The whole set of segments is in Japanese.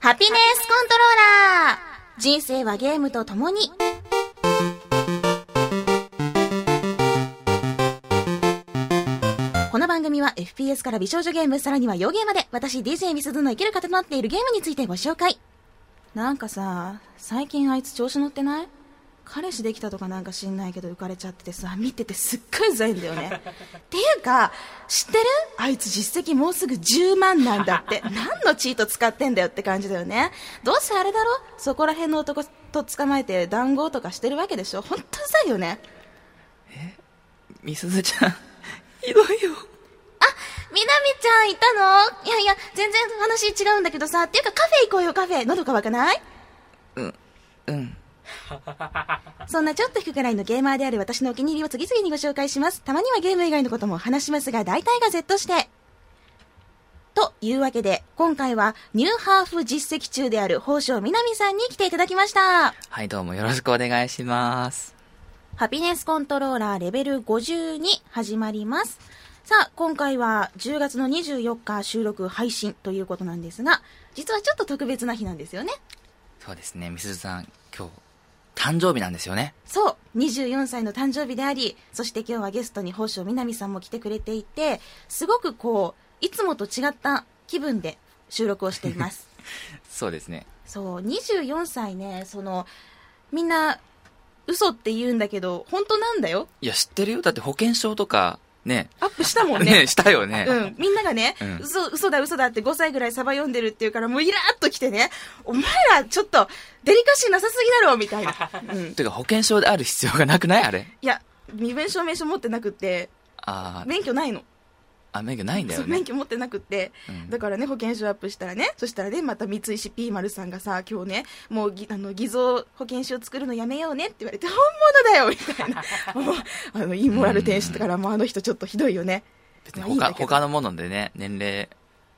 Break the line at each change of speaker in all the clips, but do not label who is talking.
ハピネスコントローラー人生はゲームと共にこの番組は FPS から美少女ゲーム、さらには洋ゲームまで、私 DJ ミスズの生きる方となっているゲームについてご紹介。なんかさ、最近あいつ調子乗ってない彼氏できたとかなんか知んないけど浮かれちゃっててさ、見ててすっごいうざいんだよね。っていうか、知ってるあいつ実績もうすぐ10万なんだって。何のチート使ってんだよって感じだよね。どうせあれだろそこら辺の男と捕まえて談合とかしてるわけでしょほんとうざいよね。
みすずち ゃん、ひどいよ。
あ、みなみちゃんいたのいやいや、全然話違うんだけどさ、っていうかカフェ行こうよカフェ。喉乾かない
うん。
そんなちょっと引くくらいのゲーマーである私のお気に入りを次々にご紹介します。たまにはゲーム以外のことも話しますが、大体が Z して。というわけで、今回はニューハーフ実績中である宝生みなみさんに来ていただきました。
はい、どうもよろしくお願いします。
ハピネスコントローラーレベル50に始まります。さあ、今回は10月の24日収録配信ということなんですが、実はちょっと特別な日なんですよね。
そうですね、みすずさん、今日、誕生日なんですよね。
そう24歳の誕生日でありそして今日はゲストに宝生みなみさんも来てくれていてすごくこういつもと違った気分で収録をしています
そうですね。
そう24歳ねそのみんな嘘って言うんだけど本当なんだよ
いや、知ってるよ。だって保険証とか、ね。
アップしたもんね
ね、したよね。
うん、みんながね、
うん
嘘嘘だ嘘だって5歳ぐらいサバ読んでるっていうからもうイラーっときてねお前らちょっとデリカシーなさすぎだろみたい な、うん、
てか、保険証である必要がなくないあれ。
いや身分証明書持ってなくって
あー
免許ないの
あ、免許ないんだよ
そう免
ね。
許持ってなくって、
うん
だからね保険証アップしたらねそしたらねまた三石 P 丸さんがさ今日ねもうぎあの偽造保険証作るのやめようねって言われて本物だよみた いなもうあのインモラル天使だからもうあの人ちょっとひどいよね
別に
まあいいんだ
他、
けど
他のものでね、年齢、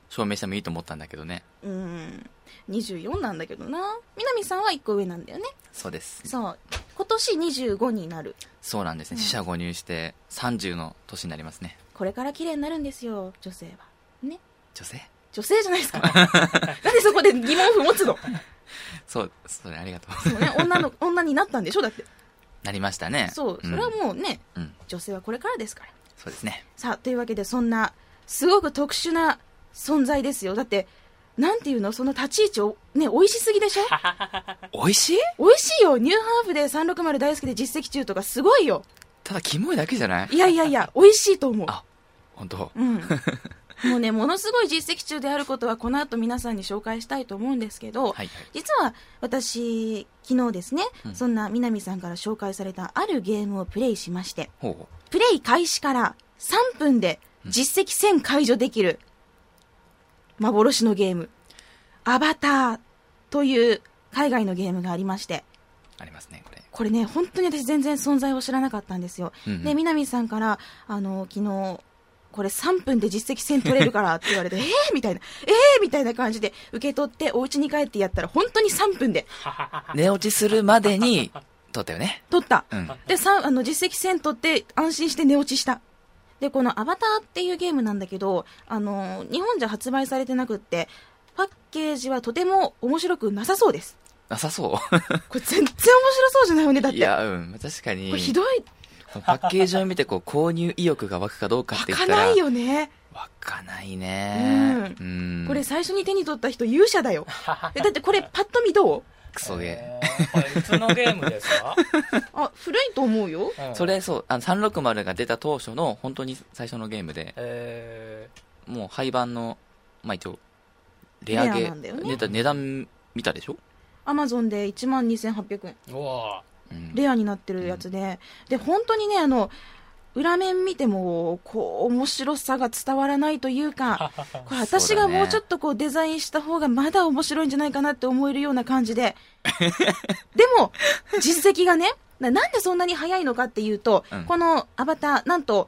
証明してもいいと思ったんだけどね。
うん24なんだけどな南さんは1個上なんだよね
そうです。
そう今年25になる
そうなんですね。死者誤入して、30の年になりますね。
これから綺麗になるんですよ女性はね
女性
女性じゃないですか、ね、なんでそこで疑問符持つの
そう、それありがと う。
そう、ね、女の女になったんでしょだって
なりましたね。
そうそれはもうね、
うん。うん。
女性はこれからですから
そうですね。
さあというわけでそんなすごく特殊な存在ですよだってなんていうのその立ち位置をね美味しすぎでしょ
美味しい
美味しいよニューハーフで360大好きで実績中とかすごいよ
ただキモいだけじゃない
いやいやいや美味しいと思う
あ本当
うん もうねものすごい実績中であることはこの後皆さんに紹介したいと思うんですけど、
はいはい
実は私昨日ですね、
うん
そんな南さんから紹介されたあるゲームをプレイしまして
ほうほ
プレイ開始から3分で実績1000解除できる幻のゲーム、アバターという海外のゲームがありまして、
うありますねこれ
これね、本当に私全然存在を知らなかったんですよ。
うんうん
で、南さんから、あの、昨日、これ3分で実績1000取れるからって言われて、えーみたいな、えーみたいな感じで受け取ってお家に帰ってやったら本当に3分で
寝落ちするまでに 撮ったよね
取った。
うん
で、さあの、実績1000取って安心して寝落ちした。で、このアバターっていうゲームなんだけど、あの、日本じゃ発売されてなくって、パッケージはとても面白くなさそうです。
なさそ
これ全然面白そうじゃないよね、だっ
うい
て。こ
やうん確かに
れひどい。
パッケージを見てこう購入意欲が湧くかどうかって
開
言った
からないよね。
湧かないねうん
これ最初に手に取った人勇者 だよ。でだってこれパッと見どう
クソゲ
えーこれいつのゲームです か、
あ、古いと思うよ。
う
ー
ん
それそうあの360が出た当初の本当に最初のゲームで
え
もう廃盤のまあ一応レア
レ
ゲ
ア
ー
なんだよね
値段値段見たでしょ
アマゾンで12,800円。
ー、うわ
うん
レアになってるやつで、で本当にねあの裏面見てもこう面白さが伝わらないという かこれ私が
そうだね
もうちょっとこうデザインした方がまだ面白いんじゃないかなって思えるような感じ ででも実績がねななんでそんなに早いのかっていうと、
うん
このアバターなんと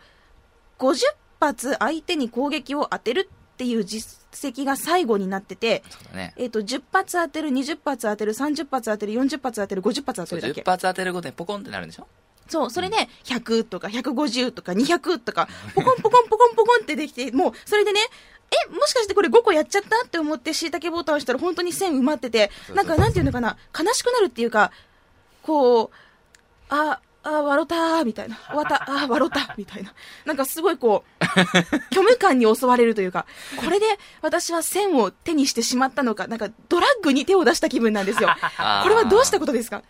50発相手に攻撃を当てるっていう実績が最後になってて、
そうだね
えっと10発当てる20発当てる30発当てる40発当てる50発当て
そう
るだけ
10発当てるごとにポコンってなるんでしょ
そう、それで100とか150とか200とか、ポコンポコンポコンポコンってできて、もうそれでね、え、もしかしてこれ5個やっちゃったって思って、椎茸ボタン押したら本当に線埋まってて
そ、う
なんかなんていうのかな、悲しくなるっていうか、こう、あ、あ、笑ったー、みたい な。終わった、あ、笑った、みたいな。なんかすごいこう、 虚無感に襲われるというか、これで私は線を手にしてしまったのか、なんかドラッグに手を出した気分なんです よ。
あー
これはどうしたことですか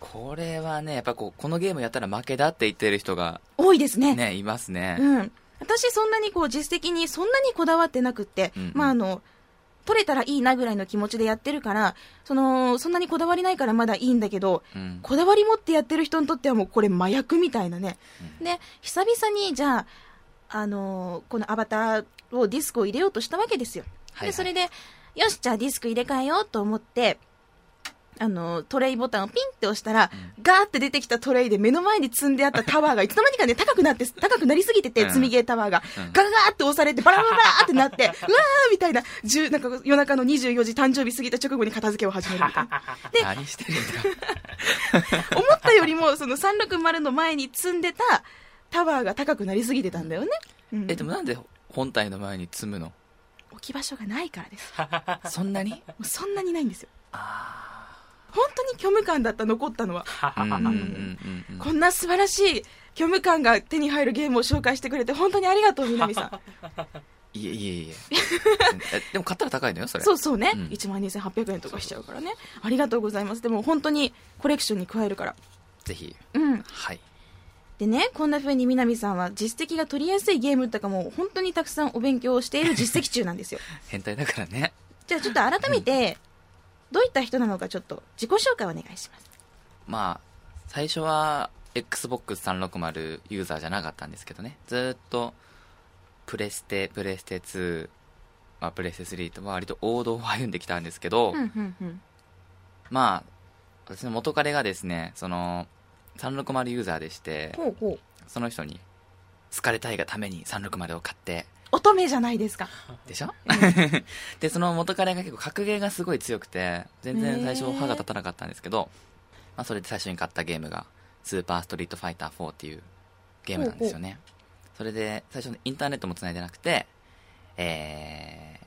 これはね、やっぱこう、このゲームやったら負けだって言ってる人が
多いですね。
ね、いますね。
うん、私そんなにこう実績にそんなにこだわってなくって、
うんうん
まああの取れたらいいなぐらいの気持ちでやってるからそのそんなにこだわりないからまだいいんだけど
うん。
こだわり持ってやってる人にとってはもうこれ麻薬みたいなね、
う
で久々にじゃあ、あのこのアバターをディスクを入れようとしたわけですよ、
はいはい
でそれでよしじゃあディスク入れ替えようと思ってあのトレイボタンをピンって押したら、ガーって出てきたトレイで目の前に積んであったタワーがいつの間にかね、高くなって、高くなりすぎてて、
うん
積みゲータワーが、
うん
ガガガーって押されて、バラバラバラーってなって、うわーみたいな、十なんか夜中の24時誕生日過ぎた直後に片付けを始めるみたいな。で
何してるんだ
思ったよりも、その360の前に積んでたタワーが高くなりすぎてたんだよね。うん
え、でもなんで本体の前に積 むの
置き場所がないからです。
そんな に
もうそんなにないんですよ。本当に虚無感だった、残ったのは。
うんうんうんうんうん。
こんな素晴らしい虚無感が手に入るゲームを紹介してくれて、本当にありがとう、南さん。
いえいえい え。えでも買ったら高いのよ、 それ。
そうそうね、
うん
1万2800円とかしちゃうからねありがとうございますでも本当にコレクションに加えるから
ぜひ。
うん
はい。
でねこんな風に南さんは実績が取りやすいゲームとかも本当にたくさんお勉強をしている実績中なんですよ
変態だからね。
じゃあちょっと改めてどういった人なのかちょっと自己紹介お願いします
まあ、最初は Xbox360 ユーザーじゃなかったんですけどね。ずーっと、プレステ、プレステ2、まあ、プレステ3と割と王道を歩んできたんですけど、
うんうんうん
まあ、私の元彼がですね、その、360ユーザーでして、
ほうほう
その人に、好かれたいがために360を買って、
乙女じゃないですか
でしょで、その元彼が結構格ゲーがすごい強くて、全然最初歯が立たなかったんですけど、まあそれで最初に買ったゲームが、スーパーストリートファイター4っていうゲームなんですよね。それで、最初のインターネットも繋いでなくて、え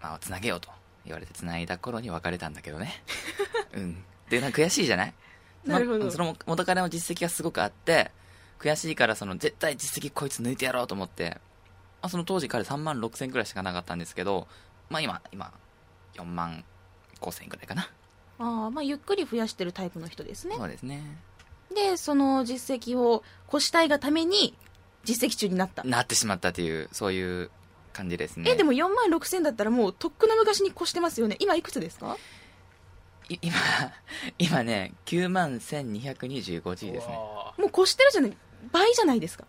ー、まあ繋げようと言われて繋いだ頃に別れたんだけ どね。うん。で、なんか悔しいじゃない
なるほど
まその元彼の実績がすごくあって、悔しいからその絶対実績こいつ抜いてやろうと思って、まあ、その当時彼3万6千くらいしかなかったんですけど、まあ今、今、4万5千くらいかな。
ああまあゆっくり増やしてるタイプの人ですね
そうですね。
でその実績を越したいがために実績中になった
なってしまったという、そういう感じですね。
えでも4万6000だったらもうとっくの昔に越してますよね今いくつですか
い 今、今ね、9万1225 G ですね。
わ
もう越してるじゃない倍じゃないですか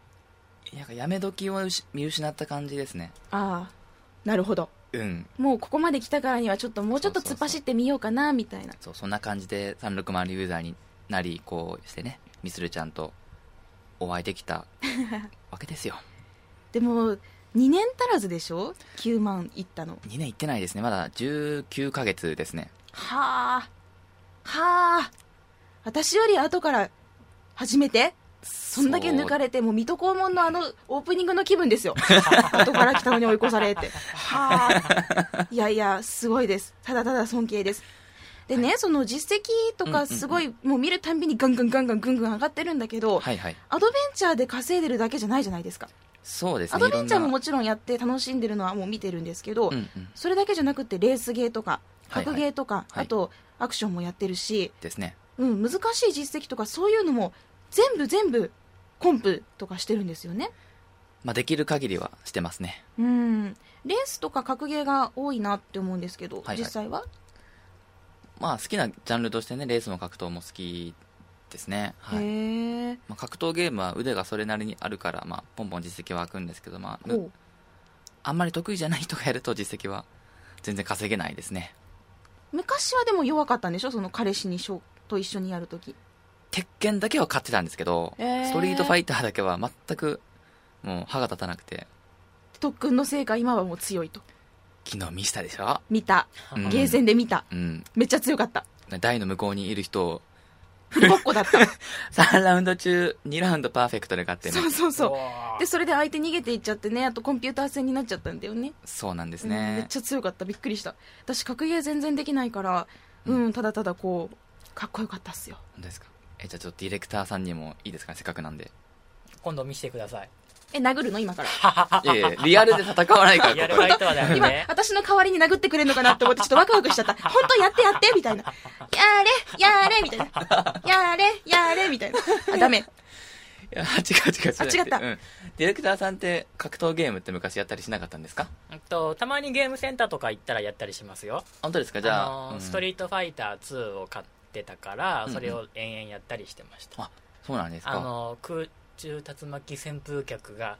なんかやめ時を失見失った感じですね。
ああなるほど
うん。
もうここまで来たからにはちょっともうちょっと
そう
突
そ
っ
うそう
走ってみようかなみたいな
そう、そんな感じで360ユーザーになり、こうしてね、ミスルちゃんとお会いでき たわけですよ。
でも2年足らずでしょ9万いったの
2年行ってないですね。まだ19ヶ月ですね。
はあはあ私より後から初めてそんだけ抜かれてもう水戸黄門のあのオープニングの気分ですよ後から来たのに追い越されってはあいやいやすごいですただただ尊敬ですでね、その実績と
うんうんう
か
ん
すごいもう見るたんびにガンガンガンガンぐんぐん上がってるんだけど、
はいはい。
アドベンチャーで稼いでるだけじゃないじゃないですか
そうです
ア
ね。
ドベンチャーも
い
もちろんやって楽しんでるのはもう見てるんですけど、
ろんなうんうん。
それだけじゃなくてレースゲーとか
はいはい
格ゲーとか、
はい
あとアクションもやってるし、
ですね。
うん、難しい実績とかそういうのも全部全部コンプとかしてるんですよね
まあ、できる限りはしてますね。
うんレースとか格ゲーが多いなって思うんですけど、
はいはい
実際は
まあ、好きなジャンルとしてね、レースも格闘も好きですね。はい。
へえ
まあ、格闘ゲームは腕がそれなりにあるから、まあ、ポンポン実績は開くんですけど、まあ、
ほう
あんまり得意じゃない人がやると実績は全然稼げないですね。
昔はでも弱かったんでしょその彼氏にしょと一緒にやるとき
鉄拳だけは買ってたんですけど、
へー
ストリートファイターだけは全く、もう歯が立たなくて、
特訓の成果今はもう強いと
昨日見したでしょ
見た
うん
ゲーセンで見た、
うん。
めっちゃ強かった
台の向こうにいる人を
フルボッコだっ た。
3ラウンド中2ラウンドパーフェクトで勝ってね
そうそうそう。
う
で、それで相手逃げていっちゃってね、あとコンピューター戦になっちゃったんだよね。
そうなんです
うんめっ
ね
ちゃ強かった。びっくりした。私、格ゲー全然できないから、うん、ただただこう、かっこよかったっすよ。
本当ですかえじゃあちょっとディレクターさんにもいいですかねせっかくなんで
今度見せてく ださい。
え、殴るの今から。
いやいやリアルで戦わないから
やる
ここ
フ
で
ァイトはだよ
今
ね、。
私の代わりに殴ってくれるのかなって思って、ちょっとワクワクし ちゃった。本当やってやってみたいな。やれやれみたいな。やれやれみたいな。あ、ダメ。
いや違う違う違う
あ違った
うん、ディレクターさんって格闘ゲームって昔やったりしなかったんですか
うんとたまにゲームセンターとか行ったらやったりしますよ。
本当ですかじゃあ、
のー
うん
ストリートファイター2を買ってたから、
うんうん
それを延々やったりしてました。
あそうなんです
あ
か
のー空中竜巻旋風脚が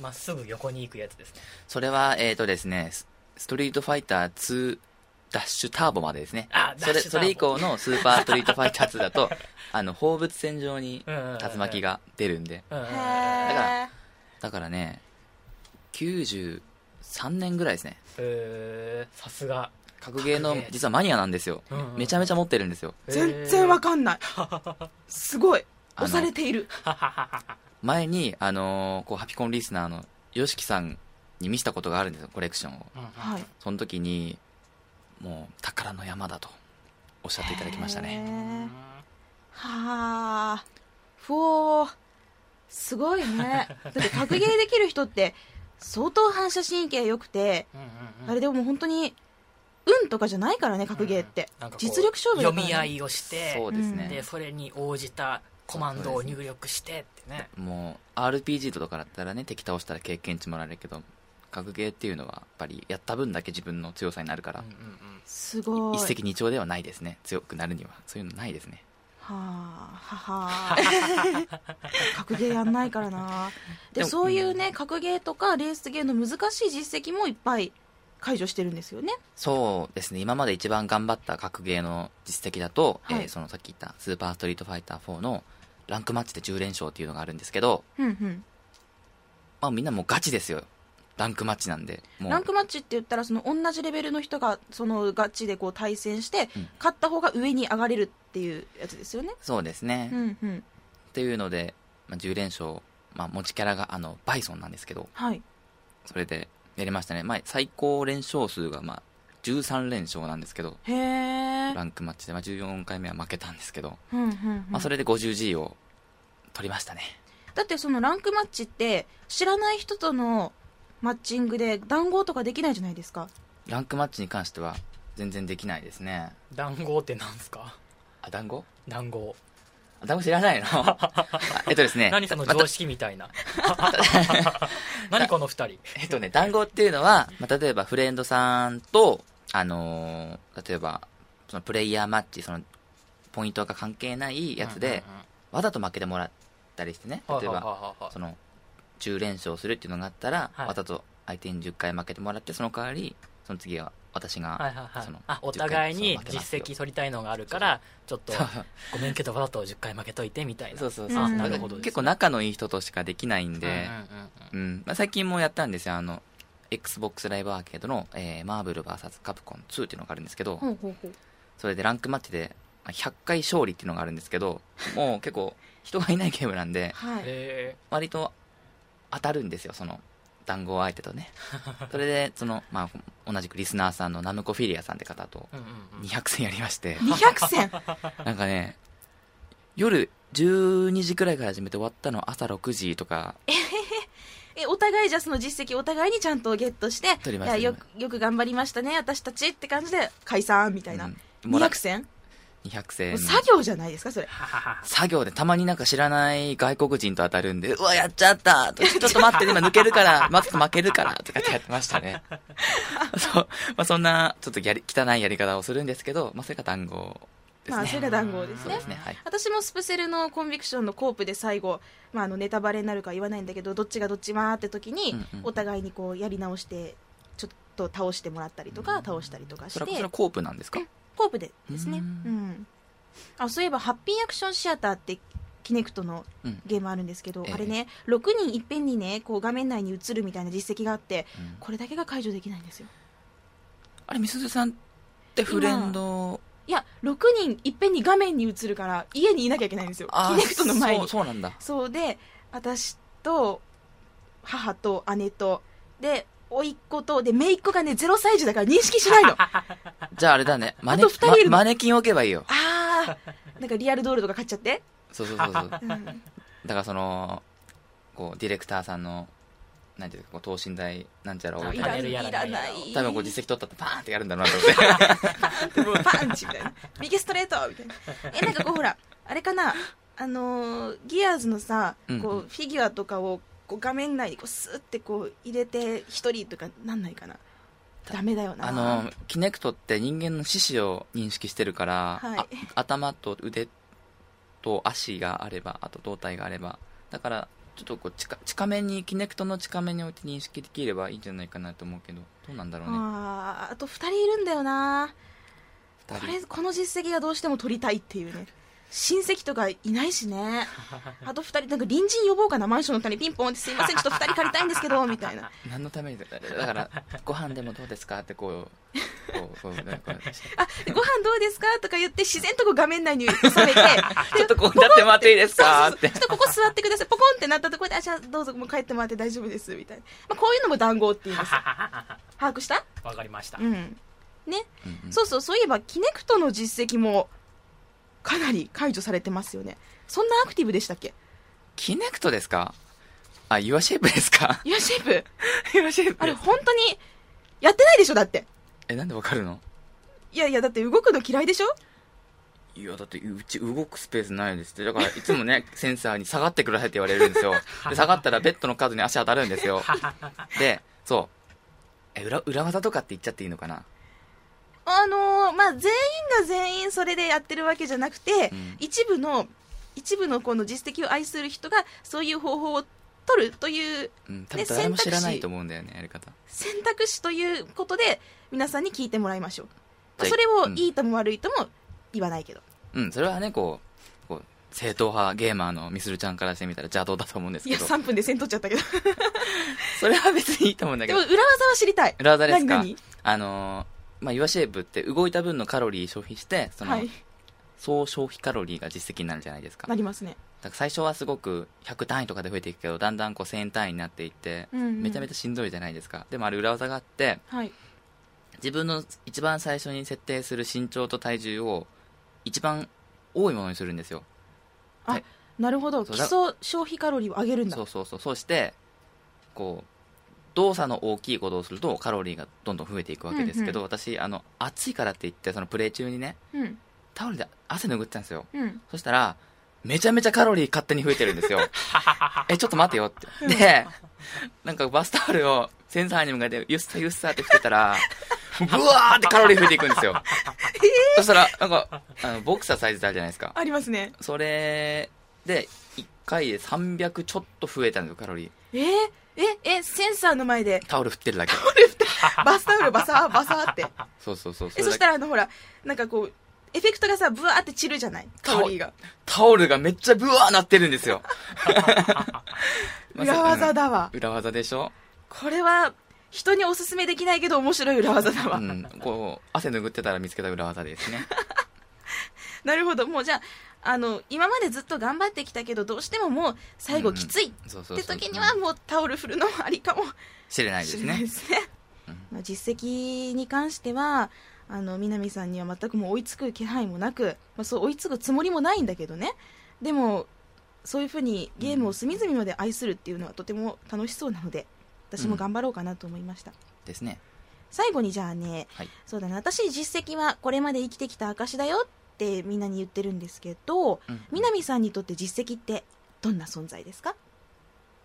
まっすぐ横に行くやつですね。
それはえっ、ー、とですねスストリートファイター2ダッシュターボまでですね
あ
それ
ダッシュター
そ
ボ
れ以降のスーパーストリートファイター2だとあの放物線上に
うんうんうん
竜巻が出るんで
うんうんうん
だから
へ
だからね93年ぐらいですね
へーさすが。
格ゲーの
格ゲー
実はマニアなんですよ
うんうん
めちゃめちゃ持ってるんですよ
ー全然わ
か
かんない。すごい。
あの
押されている。
前に、あのーこうハピコンリスナーの YOSHIKI さんに見せたことがあるんですよコレクションを
はい。
その時にもう宝の山だとおっしゃっていただきました
へ
ね
ーはあふおーすごい ねだって格ゲーできる人って相当反射神経良くて、あれでももう本当に運とかじゃないからね格ゲーって、
なんかこう
実力勝負だから
読み合
ね
いをして
そうですね、
でそれに応じたコマンドを入力してってね
もう RPG とかだったらね敵倒したら経験値もらえるけど格ゲーっていうのはやっぱりやった分だけ自分の強さになるから
うん、うんうん
すごい
一石二鳥ではないですね強くなるにはそういうのないですね
はあはは 格ゲーやんないからなで
でも
そういうね格ゲーとかレースゲーの難しい実績もいっぱい解除してるんですよね
そうですね今まで一番頑張った格ゲーの実績だと、
はい
えーそのさっき言った「スーパーストリートファイター4」のランクマッチで10連勝っていうのがあるんですけど、
うんうん
まあ、みんなもうガチですよランクマッチなんでもう
ランクマッチって言ったらその同じレベルの人がそのガチでこう対戦して、
うん
勝った方が上に上がれるっていうやつですよね。
そうですね、
う
っ
んうん、
ていうので、まあ、10連勝、まあ、持ちキャラがあのバイソンなんですけど
はい。
それでやりましたね、まあ、最高連勝数がまあ13連勝なんですけど
へえ。
ランクマッチで、まあ、14回目は負けたんですけど、
うんうんうん
まあ、それで 50G を取りましたね
だってそのランクマッチって知らない人とのマッチングで談合とかできないじゃないですか。
ランクマッチに関しては全然できないですね
談合ってなんですか
あ団子
談合
あ団子知ら ないのあえっとですね
何その
また
常識みた いな何この二人
えっとね、団子っていうのは、まあ、例えばフレンドさんと、あのー例えば、そのプレイヤーマッチ、その、ポイントが関係ないやつで、わざと負けてもらったりしてね、
うんうんうん
例え
はあ
ば、
はあはあはあ
その、10連勝するっていうのがあったら、
はい
わざと相手に10回負けてもらって、その代わり、その次は私が、
はいはいはい
その
あお
10回
互いに
そう負けます
実
よ
績取りたいのがあるからちょっと
そう
ごめんけどわざと10回負けといてみたいな
そうそうそう。
うんな
だか
る
ら
ほどです
結構仲のいい人としかできないん
うんうんうん
で、うんまあ、最近もやったんですよあの XBOX ライブアーケードの、えーマーブル VS カプコン2っていうのがあるんですけど、
ほうほうほう。
それでランクマッチでまあ100回勝利っていうのがあるんですけどもう結構人がいないゲームなんで
はい。
へ
割と当たるんですよその談合相手とねそれでその、まあ、同じくリスナーさんのナムコフィリアさんって方と
ーうんうんうん
200戦やりまして
200戦。
なんかね夜12時くらいから始めて終わったの朝6時とか
え、お互いじゃあその実績お互いにちゃんとゲットして、
取りま
い
した
やよくよく頑張りましたね、私たちって感じで解散みたいな。
うんもら
200戦
200戦
作業じゃないですか、それ。
はははは
作業でたまになんか知らない外国人と当たるんで、うわ、やっちゃった ちょちょっと待って、今抜けるから、待って負けるからとかってやってました ね。そう。まあそんな、ちょっとやり、汚いやり方をするんですけど、まあそれが単語ですね。
まあ、それが談合です
そう
ね
です。ね。はい。
私もスプセルのコンビクションのコープで最後、まあ、あのネタバレになるから言わないんだけどどっちがどっちまーって時に、
うんうん
お互いにこうやり直してちょっと倒してもらったりとか、倒したりとかし
それ
て
は、それはコープなんですか
コープでですね
う
うんん、あそういえばハッピーアクションシアターってキネクトの
うん。
ゲームあるんですけど、
ええ
あれね6人いっぺんにねこう画面内に映るみたいな実績があって
うん
これだけが解除できないんですよ
あれ、みすずさんってフレンド
いや6人いっぺんに画面に映るから家にいなきゃいけないんですよ
あー
キネクトの前に
そうそうなんだ
そうで私と母と姉とで甥っ子とで姪っ子がね0歳児だから認識しない のあ
じゃああれだねマネ
あと二人いるの
ママネキン置けばいいよ
あーなんかリアルドールとか買っちゃって、
そうそう そうそうだか
うん、
らそのこうディレクターさんのなんていうかこう等身大なんちゃらを
あい
パ
ら
ネルやら
いらな
ない
い
多分こう実績取ったってパーンってやるんだろうなと 思って
パンチみたいな右ストレートみたいなえなんかこうほらあれかなあのーギアーズのさこう
うんうん
フィギュアとかをこう画面内にこうスーってこう入れて一人とかなんないかなダメだよな
あのキネクトって人間の四肢を認識してるから、
はい
あ頭と腕と足があればあと胴体があればだからちょっとこう近近めにキネクトの近めに置いて認識できればいいんじゃないかなと思うけどどうなんだろうね
あーあと2人いるんだよな
二人
これこの実績がどうしても取りたいっていうね親戚とかいないしねあと2人なんか隣人呼ぼうかなマンションの人にピンポンってすいませんちょっと2人借りたいんですけどみたいな
何のためにだだ からご飯でもどうですかってこうこうこうなんか
あご飯どうですかとか言って自然とこう画面内に収 めて
ちょっとこう立ってもらっていいですかっ
そうそうそう
て
ちょっとここ座ってくださいポコンってなったところであじゃあどうぞもう帰ってもらって大丈夫ですみたいな、まあ、こういうのも談合って言います把握した
わかりました
う。んね、
うんうん
そうそうそういえばキネクトの実績もかなり解除されてますよねそんなアクティブでしたっけ
キネクトですかあユアシェイプですか
ユアシェイプ
ユアシェイ
あれ本当にやってないでしょだって
えなんでわかるの
いやいやだって動くの嫌いでしょ
いやだってうち動くスペースないですって だからいつもねセンサーに下がってくださいって言われるんです よで下がったらベッドの角に足当たるんです よでそうえ裏裏技とかって言っちゃっていいのかな
あのーまあ、全員が全員それでやってるわけじゃなくて、
うん
一部の一部のこの実績を愛する人がそういう方法を取るという
うん多
で
分誰
選
も
択肢
知らないと思うんだよねやり方
選択肢ということで皆さんに聞いてもらいましょう
はい
それを
うん
いいとも悪いとも言わないけど、
うんそれはねこうこう正統派ゲーマーのミスルちゃんからしてみたら邪道だと思うんです
い
け
や
ど
3分で線取っちゃったけど
それは別にいいと思うんだけ
でも
ど
裏技は知りたい
裏技です
何
か
何
あのーまあ、ユアシェイプって動いた分のカロリー消費してその、
はい
総消費カロリーが実績になるじゃないですか
な
だか
りますね
ら最初はすごく100単位とかで増えていくけどだんだんこう1000単位になっていって、
うんうん
めちゃめちゃしんどいじゃないですかでもあれ裏技があって
はい
自分の一番最初に設定する身長と体重を一番多いものにするんですよ
なるほど
そ
基
うだ
礎消費カロリーを上げるんだ
そうそうそうそうしてこう動作の大きいことをするとカロリーがどんどん増えていくわけですけど、私あの暑いからって言ってそのプレイ中にね
うん
タオルで汗拭ってたんですよ
うん
そしたら、めちゃめちゃカロリー勝手に増えてるん ですよ。え、ちょっと待てよって。で、なんかバスタオルをセンサーに向かって、ゆっさゆっさって振ってた ら、ブワーってカロリー 増えていくんですよ。そしたら、なんか、あのボクサーサイズってあるじゃないですか。
ありますね
それで、1回で300ちょっと増えたんですよ、カロリー。
えー、ええセンサーの前で
タオル振って るだけ。
バスタオルバサーバサーって
そうそうそう。
えそしたらあのほらなんかこうエフェクトがさブワーって散るじゃないカロリーが
タオルがめっちゃブワーなってるんですよ。
裏技だわ
うん裏技でしょ
これは人におすすめできないけど面白い裏技だわ、
うん。こう、汗拭ってたら見つけた裏技で すね。
なるほどもうじゃああの今までずっと頑張ってきたけどどうしてももう最後きついっ
そうそう
て
そう
時にはもうタオル振るのもありかも
知れないで
し
す
れないで
ね。
すね
うん
まあ実績に関してはあの南さんには全くもう追いつく気配もなく、まあ、そう追いつくつもりもないんだけどねでもそういうふうにゲームを隅々まで愛するっていうのはとても楽しそうなので私も頑張ろうかなと思いました、
ですね。
最後にじゃあね、
はい
そうだな私実績はこれまで生きてきた証だよってみんなに言ってるんですけど
うん
南さんにとって実績ってどんな存在ですか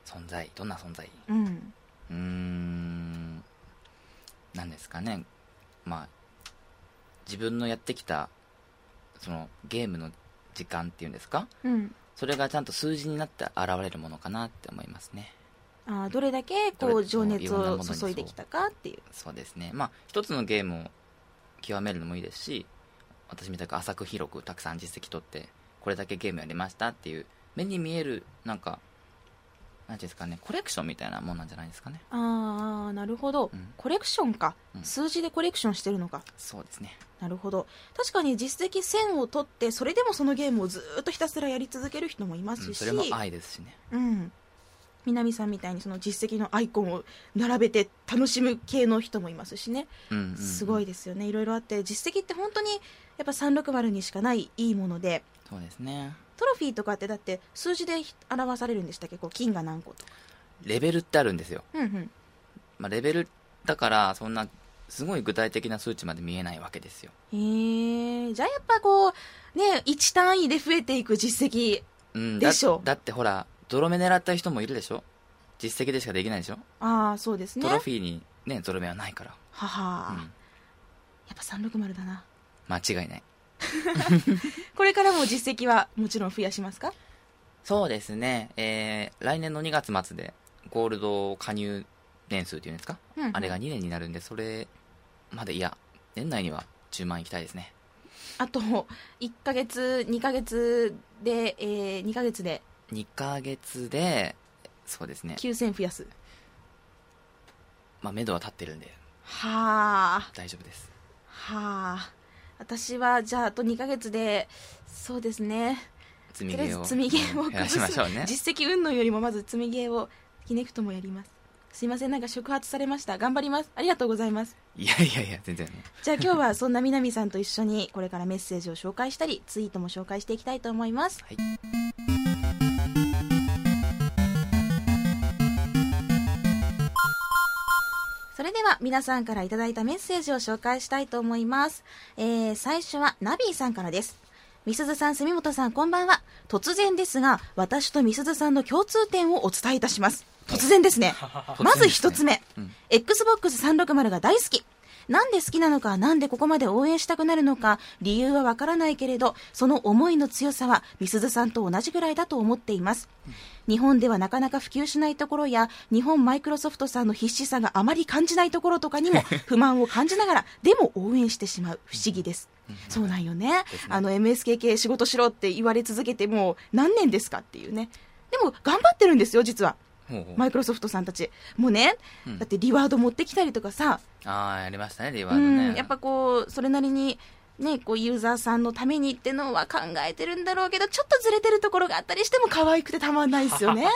存在、どんな存在
うん
うーん、なんですかね。まあ、自分のやってきた、その、ゲームの時間っていうんですか
うん
それがちゃんと数字になって現れるものかなって思いますね。
あーどれだけこ
ど
う
れ
情熱
もういろん
を
なものにそ
注
う
いできたかっていう
そうですね。まあ、一つのゲームを極めるのもいいですし、私みたく浅く広くたくさん実績取って、これだけゲームやりましたっていう、目に見える、なんか、なんていうんですかねコレクションみたいなもんなんじゃないですかね
あーあーなるほど、
うん
コレクションか、
うん
数字でコレクションしてるのか
そうですね
なるほど確かに実績1000を取ってそれでもそのゲームをずーっとひたすらやり続ける人もいま
う
す
ん、
し、
それも愛ですしね
うん、南さんみたいにその実績のアイコンを並べて楽しむ系の人もいますしね、
うんうんうん
すごいですよねいろいろあって実績って本当にやっぱ360にしかないいいもので
そうですね
トロフィーとかってだって数字で表されるんでしたっけこう金が何個とか、
レベルってあるんですよ、
うんうん、
まあ、レベルだからそんなすごい具体的な数値まで見えないわけですよ
へえじゃあやっぱこうね1単位で増えていく実績
うんだ
でしょ
だってほらゾロ目狙った人もいるでしょ実績でしかできないでしょ、
ああそうですね
トロフィーにねゾロ目はないから、
はは、
うん
やっぱ360だな
間違いない
これからも実績はもちろん増やしますか
そうですねえー来年の2月末でゴールド加入年数っていうんですか、
うんうん
あれが2年になるんでそれまでいや年内には10万いきたいですね
あと1ヶ月2ヶ月で、えー、2ヶ月で
2ヶ月でそうですね
9000増やす
まあ目処は立ってるんで
はあ
大丈夫です
はあ私はじゃああと2ヶ月でそうですね
積み
とりあえ
ゲーを
ず積みゲーを
うん減ら
崩
し
す
ましょうね
実績云々よりもまず積みゲーをキネクトもやりますすいませんなんか触発されました頑張りますありがとうございます
いやいやいや全然
じゃあ今日はそんな南さんと一緒にこれからメッセージを紹介したりツイートも紹介していきたいと思います
はい
それでは皆さんからいただいたメッセージを紹介したいと思います、えー、最初はナビーさんからですみすずさん、住本さん、こんばんは。突然ですが、私とみすずさんの共通点をお伝えいたします。 突然ですね。まず一つ目、
うん
XBOX360 が大好き。なんで好きなのか、なんでここまで応援したくなるのか、理由はわからないけれど、その思いの強さは、みすずさんと同じぐらいだと思っています。日本ではなかなか普及しないところや、日本マイクロソフトさんの必死さがあまり感じないところとか にも不満を感じながら、でも応援してしまう不思議です。そうなんよね。
すね
あの MSKK 仕事しろって言われ続けてもう何年ですかっていうね。でも頑張ってるんですよ、実は。
ほうほう
マイクロソフトさんたち。もうね、
うん
だってリワード持ってきたりとかさ、
ああやりましたねリワー
う
ド
ん、
ね
やっぱこう、それなりに、ね、こうユーザーさんのためにってのは考えてるんだろうけど、ちょっとずれてるところがあったりしても可愛くてたまんないですよ ね。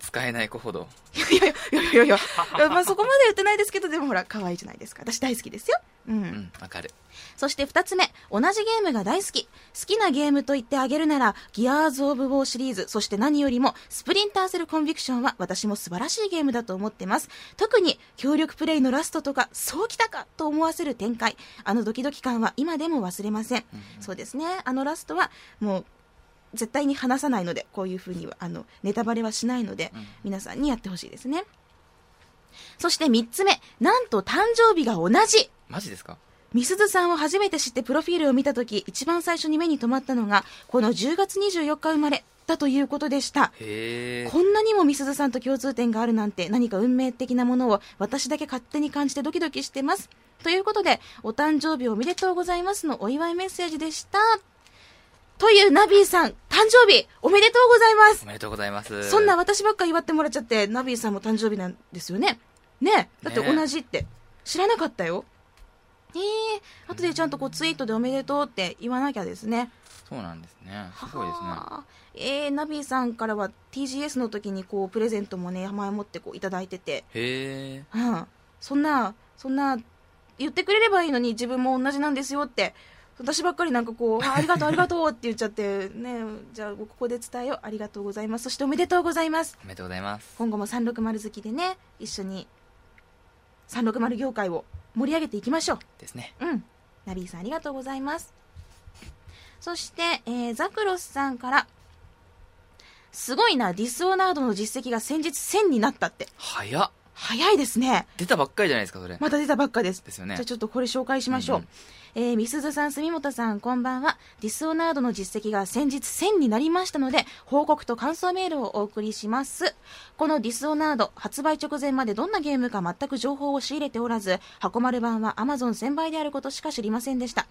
使えない子ほど
いやいやいやいやいやいや、まあそこまで言ってないですけど、でもほら、可愛いじゃないですか。私大好きですよ。う。
うんんわかる
そして二つ目、同じゲームが大好き。好きなゲームと言ってあげるなら、ギアーズ・オブ・ウォーシリーズ、そして何よりも、スプリンターセル・コンビクションは私も素晴らしいゲームだと思ってます。特に、協力プレイのラストとか、そうきたかと思わせる展開。あのドキドキ感は今でも忘れません。そうですね。あのラストは、もう、絶対に話さないので、こういうふうには、あの、ネタバレはしないので、
うん
皆さんにやってほしいですね。そして三つ目、なんと誕生日が同じ
マジですか
みすずさんを初めて知ってプロフィールを見たとき、一番最初に目に留まったのが、この10月24日生まれだということでした。
へえ
こんなにもみすずさんと共通点があるなんて、何か運命的なものを私だけ勝手に感じてドキドキしてます。ということで、お誕生日おめでとうございますのお祝いメッセージでした。というナビーさん、誕生日おめでとうございます
お。めでとうございます
そんな私ばっか祝ってもらっちゃって、ナビーさんも誕生日なんですよね。ねえだって同じって。知らなかったよ。ええ後でちゃんとこうツイートでおめでとうって言わなきゃですね。
そうなんですねすごいですね
はあええナビーさんからは TGS の時にこうプレゼントもね、前もってこういただいてて。
へえ
うん。そんな、そんな、言ってくれればいいのに自分も同じなんですよって。私ばっかりなんかこう、あありがとうありがとうって言っちゃって、ねえ、じゃあここで伝えよう。ありがとうございます。そしておめでとうございます。
おめでとうございます
今後も360好きでね一緒に360業界を盛り上げていきましょう
ですね
うんナビーさんありがとうございますそして、えーザクロスさんからすごいなディスオナードの実績が先日1000になったって
早っ
早いですね
出たばっかりじゃないですかそれ
また出たばっかです
ですよね
じゃあちょっとこれ紹介しましょう、
うん
えー、みすずさん、住本さん、こんばんは。ディスオナードの実績が先日1000になりましたので、報告と感想メールをお送りします。このディスオナード、発売直前までどんなゲームか全く情報を仕入れておらず、箱丸版は Amazon 1000倍であることしか知りませんでした。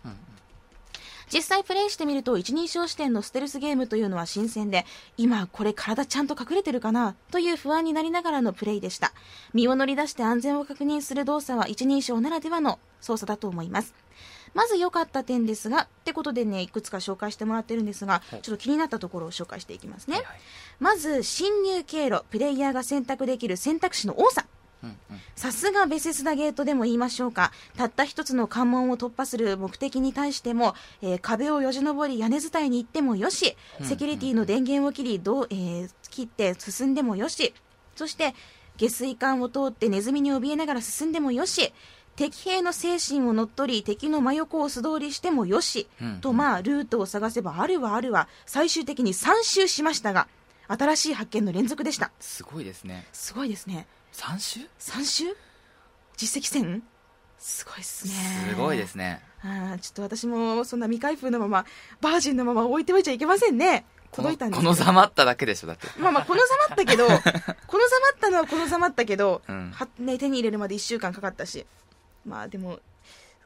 実際プレイしてみると一人称視点のステルスゲームというのは新鮮で今これ体ちゃんと隠れてるかなという不安になりながらのプレイでした身を乗り出して安全を確認する動作は一人称ならではの操作だと思いますまず良かった点ですがってことでねいくつか紹介してもらってるんですが
はい
ちょっと気になったところを紹介していきますね、
はいはい
まず侵入経路プレイヤーが選択できる選択肢の多さ
うんうん
さすがベセスダゲートでも言いましょうかたった一つの関門を突破する目的に対しても、えー壁をよじ登り屋根伝いに行ってもよし
うん
セキュリティの電源を切りどう、えー切って進んでもよしそして下水管を通ってネズミに怯えながら進んでもよし敵兵の精神を乗っ取り敵の真横を素通りしてもよし、
うん
とまあルートを探せばあるはあるは最終的に3周しましたが新しい発見の連続でした
すごいですね
すごいですね
3週
三週実績戦すごいっすね
すごいですね
あーちょっと私もそんな未開封のままバージンのまま置いておいちゃいけませんね
こ
届
の
いたんです
こ
けど
のざまっただけでしょだって
まあまあこのざまったけ どこのざまったのはこのざまったけど、
うん
はね、手に入れるまで1週間かかったしまあでも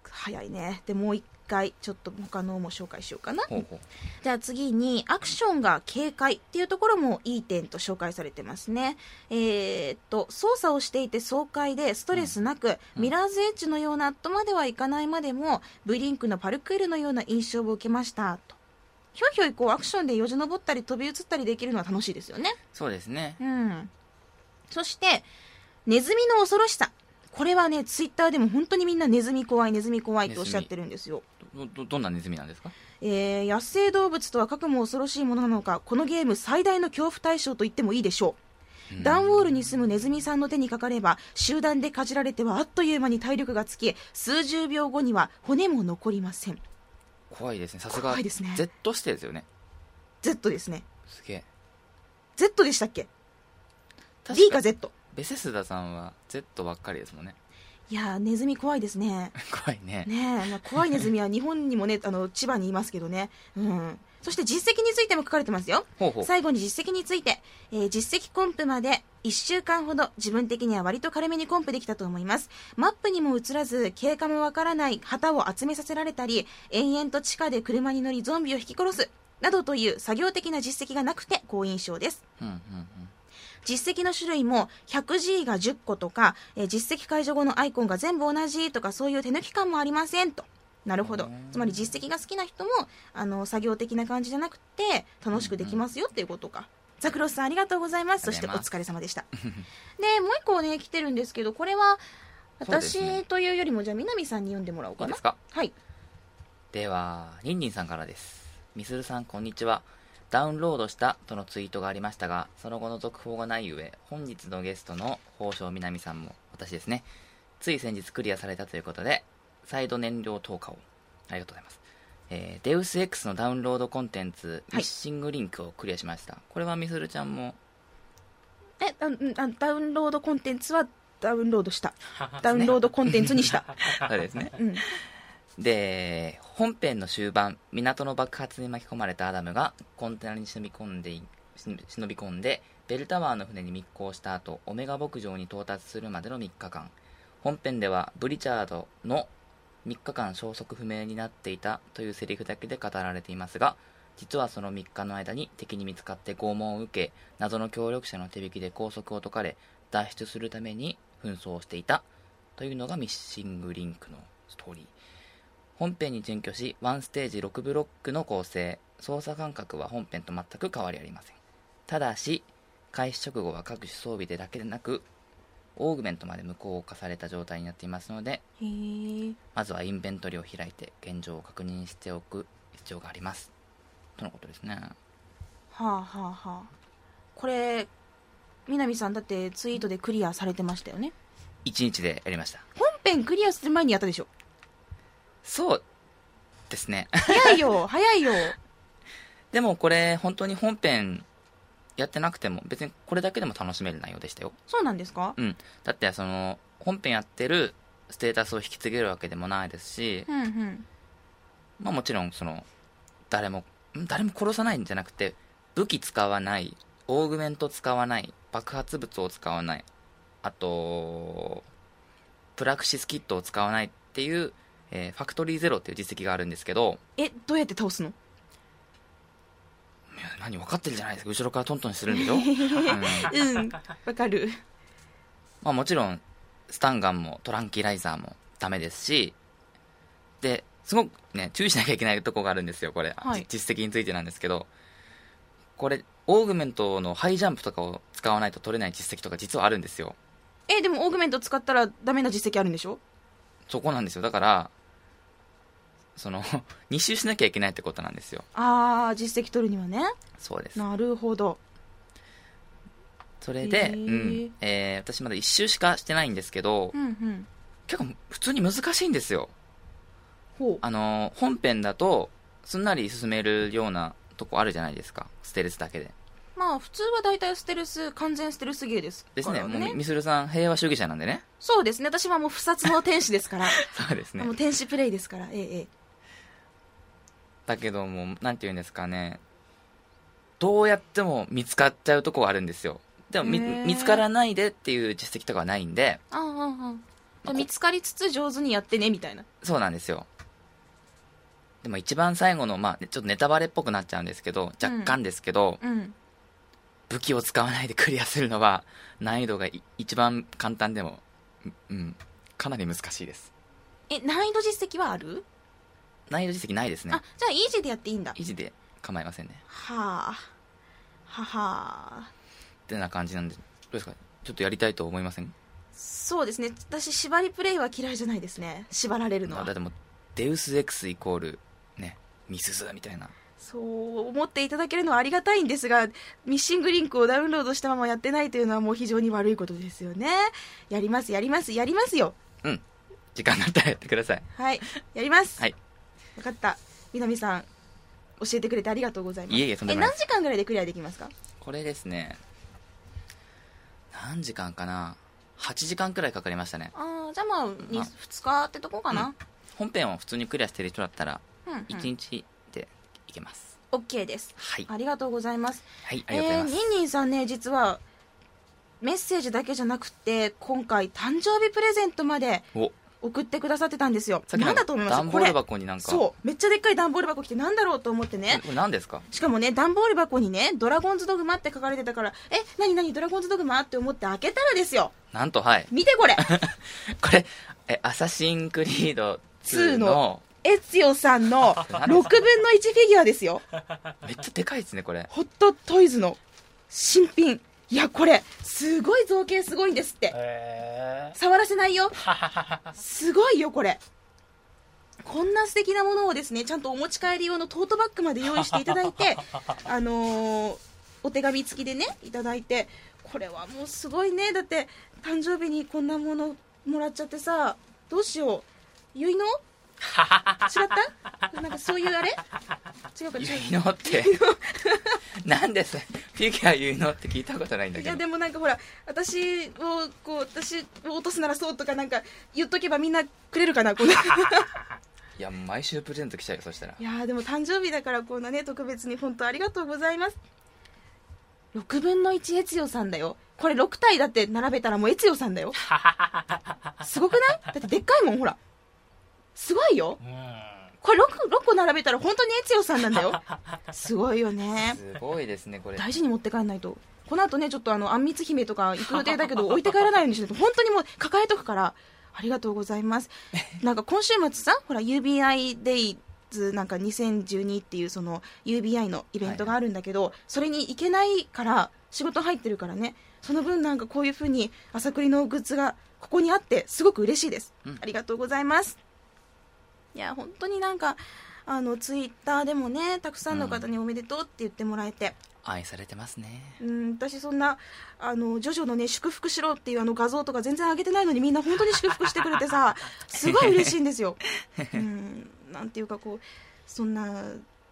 早いねでもう一回ちょっと他のも紹介しようかな
ほうほう
じゃあ次にアクションが軽快っていうところもいい点と紹介されてますね。えーっと操作をしていて爽快でストレスなく、
うん
ミラーズエッジのようなとまではいかないまでもブリンクのパルクールのような印象を受けましたと。ひょいひょいこうアクションでよじ登ったり飛び移ったりできるのは楽しいですよね。
そうですね
うん。そしてネズミの恐ろしさ。これはねツイッターでも本当にみんなネズミ怖いネズミ怖いっておっしゃってるんですよ。
どどどんなネズミなんですか
えー野生動物とはかくも恐ろしいものなのかこのゲーム最大の恐怖対象と言ってもいいでしょう、
うん
ダンウォールに住むネズミさんの手にかかれば集団でかじられてはあっという間に体力がつき数十秒後には骨も残りません
怖いですねさすが
怖いですね
Z してですよね
Z ですね
すげえ
Z でしたっけ
確
D
か
か Z
ベセスダさんは Z ばっかりですもんね
いやーネズミ怖いですね
怖いね
ねえ、まあ、怖いネズミは日本にもねあの千葉にいますけどねうんそして実績についても書かれてますよ
ほうほう
最後に実績について、えー実績コンプまで1週間ほど自分的には割と軽めにコンプできたと思いますマップにも映らず経過もわからない旗を集めさせられたり延々と地下で車に乗りゾンビを引き殺すなどという作業的な実績がなくて好印象です
うんうんうん
実績の種類も 100G が10個とか、えー実績解除後のアイコンが全部同じとかそういう手抜き感もありませんとなるほ
う
ど
ん
つまり実績が好きな人もあの作業的な感じじゃなくて楽しくできますよっていうことか。ザクロスさんありがとうございます。そしてお
ありがとうご
疲れ様で した。で、もう一個ね、来てるんですけど、これは
そうですね
私というよりも、じゃあ、南さんに読んでもらおう
い
か
いで
な
す。か
はい。
ではニンニンさんからですみするさんこんにちはダウンロードしたとのツイートがありましたがその後の続報がない上本日のゲストの宝生みなみさんも私ですねつい先日クリアされたということで再度燃料投下をありがとうございますえーデウス X のダウンロードコンテンツ、
はい
ミッシングリンクをクリアしましたこれはみするちゃんも
え、あんあダウンロードコンテンツはダウンロードした。ダ
だ
ウンロードコンテンツに した。
そうですね
うん。
で本編の終盤港の爆発に巻き込まれたアダムがコンテナに忍び込んでい忍忍び込んでベルタワーの船に密航した後オメガ牧場に到達するまでの3日間本編ではブリチャードの3日間消息不明になっていたというセリフだけで語られていますが実はその3日の間に敵に見つかって拷問を受け謎の協力者の手引きで拘束を解かれ脱出するために紛争をしていたというのがミッシングリンクのストーリー本編に準拠し1ステージ6ブロックの構成操作感覚は本編と全く変わりありませんただし開始直後は各種装備でだけでなくオーグメントまで無効化された状態になっていますので
へー
まずはインベントリを開いて現状を確認しておく必要がありますとのことですね
はあはあはあ。これ、南さん、だってツイートでクリアされてましたよね。
1日でやりました
本編クリアする前にやったでしょ。
そうですね
早いよ、早いよ。
でもこれ本当に本編やってなくても別にこれだけでも楽しめる内容でしたよ
そうなんですか
うん、だってその本編やってるステータスを引き継げるわけでもないですし、
うんうん。
まあ、もちろんその誰もん誰も殺さないんじゃなくて武器使わないオーグメント使わない爆発物を使わないあとプラクシスキットを使わないっていうえーファクトリーゼロっていう実績があるんですけど、
え、どうやって倒すの
いや何分かってるじゃないですか。後ろからトントンするんでしょ、うん
うん、 わかる。
まあもちろん、スタンガンもトランキライザーもダメですし、で、すごくね、注意しなきゃいけないとこがあるんですよ、これ。
はい
じ実績についてなんですけど、これ、オーグメントのハイジャンプとかを使わないと取れない実績とか実はあるんですよ。
え、でもオーグメント使ったらダメな実績あるんでしょ
そこなんですよ。だから、その、2周し なきゃいけないってことなんですよ。
あー、実績取るにはね。
そうです。
なるほど。
それで、
へー
うんえー私まだ1周しかしてないんですけど、
うんうん。
結構普通に難しいんですよ。
ほう。
あのー本編だと、すんなり進めるようなとこあるじゃないですか。ステルスだけで。
まあ、普通は大体ステルス、完全ステルスゲーです
です
か
ね。
ら
もうみ、みするさん、平和主義者なんでね。
そうですね。私はもう不殺の天使です から。
そうですね
もう。天使プレイですから。ええええ。
だけどもう、なんて言うんですかね。どうやっても見つかっちゃうとこはあるんですよ。でも、み
へー
見つからないでっていう実績とかはないんで、
ああ、ああ、ああ。見つかりつつ上手にやってね、みたいな。
そうなんですよ。でも一番最後の、まあ、ねちょっとネタバレっぽくなっちゃうんですけど、若干ですけど、
うん。
武器を使わないでクリアするのは、難易度がい一番簡単でも、うんうん、かなり難しいです。
え、難易度実績はある、
難易度実績ないですね
あ。、じゃあイージーでやっていいんだ。
維持で構いませんね。
はあ。はは
ってな感じなんで、どうですかちょっとやりたいと思いません
そうですね。私、縛りプレイは嫌いじゃないですね。縛られるの
だ
は
っ。てもうデウス X イコール、ね、ミスズみたいな。
そう思っていただけるのはありがたいんですが、ミッシングリンクをダウンロードしたままやってないというのはもう非常に悪いことですよね。やります、やります、やりますよ。
うん。時間になったらやってください。
はい。やります。
はい。
わかった。南さん、教えてくれてありがとうございます。
いえいえとんでもない
何時間ぐらいでクリアできますか
これですね、何時間かな ?8 時間くらいかかりましたね。
ああ、じゃあまあ、に
まあ
2日ってとこかな。
本編を普通にクリアしてる人だったら、
うん、うん。
1日でいけます。
OK です。
はい。
ありがとうございます。
はい、ありがとうございます。
えーニンニンさんね、実は、メッセージだけじゃなくて、今回、誕生日プレゼントまで
お
送ってくださってたんですよ。
さっき
なんだと思います
段ボ
こ
ー
れ
ル。箱になんか
そう。めっちゃでっかい段ボール箱来て、なんだろうと思ってね。
これ何ですか
しかもね、段ボール箱にね、ドラゴンズドグマって書かれてたから、え、なになに、ドラゴンズドグマって思って開けたらですよ。
なん とはい
見て これ。
これえアサシンクリード2の
エツヨさん の6分の1フィギュアですよ。
めっちゃでかいですねこれ
ホットトイズの新品。いや、これ、すごい造形すごいんですって。
へ
触らせないよ。すごいよ、これ。こんな素敵なものをですね、ちゃんとお持ち帰り用のトートバッグまで用意していただいて、あのーお手紙付きでね、いただいて、これはもうすごいね。だって、誕生日にこんなものもらっちゃってさ、どうしよう。結納違ったなんかそういうあれ違うか違う
結
か
納ってなんでそれフィギュア結納って聞いたことないんだ
い
け
や
ど
でもなんかほら私をこう私を落とすならそうとかなんか言っとけばみんなくれるかなこ んな
いや毎週プレゼント来ちゃうよそしたら
いやーでも誕生日だからこんなね特別に本当ありがとうございます6分の1越ヨさんだよこれ6体だって並べたらもう越ヨさんだよすごくないだってでっかいもんほらすごいよ
ーうん
これ 6, 6個並べたら本当に越ヨさんなんだよすごいよね
すごいですねこれ
大事に持って帰んないとこの後ねちょっとあのあんみつ姫とか行く予定だけど 置いて帰らないようにしないと本当にもう抱えとくからありがとうござい ますなんか今週末さほら UBI デイズなんか2012っていうその UBI のイベントがあるんだけど、それに行けないから仕事入ってるからねその分なんかこういうふうに朝栗のグッズがここにあってすごく嬉しいです、
うん
ありがとうございますいや本当になんかあのツイッターでもねたくさんの方におめでとうって言ってもらえて、
愛されてますね
うん、私そんな、あの、ジョジョのね、祝福しろっていうあの画像とか全然上げてないのにみんな本当に祝福してくれてさ、 すごい嬉しいんですよ。 うん、なんていうかこう、そんな、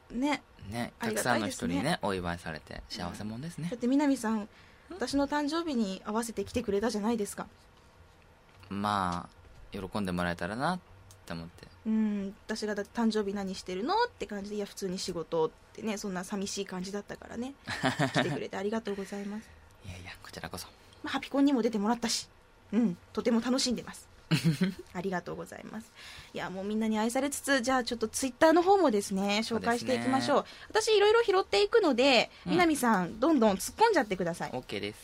ね、
ね
あ
た
り
く
が
さ
た
ん
い
の
です
人
ね
にねお祝いされて幸せもんですね
だって南さん、私の誕生日に合わせて来てくれたじゃないですか。
まあ喜んでもらえたらなって思って
うん、私がだって誕生日何してるのって感じで、いや、普通に仕事ってね、そんな寂しい感じだったから ね、来てくれてありがとうございます。
いやいやこちらこそ
まあ、ハピコンにも出てもらったし、うん、とても楽しんでます。ありがとうございますいやもうみんなに愛されつつじゃあちょっとツイッターの方もですね紹介していきましょう私いろいろ拾っていくので、
うん
南さんどんどん突っ込んじゃってください
OK です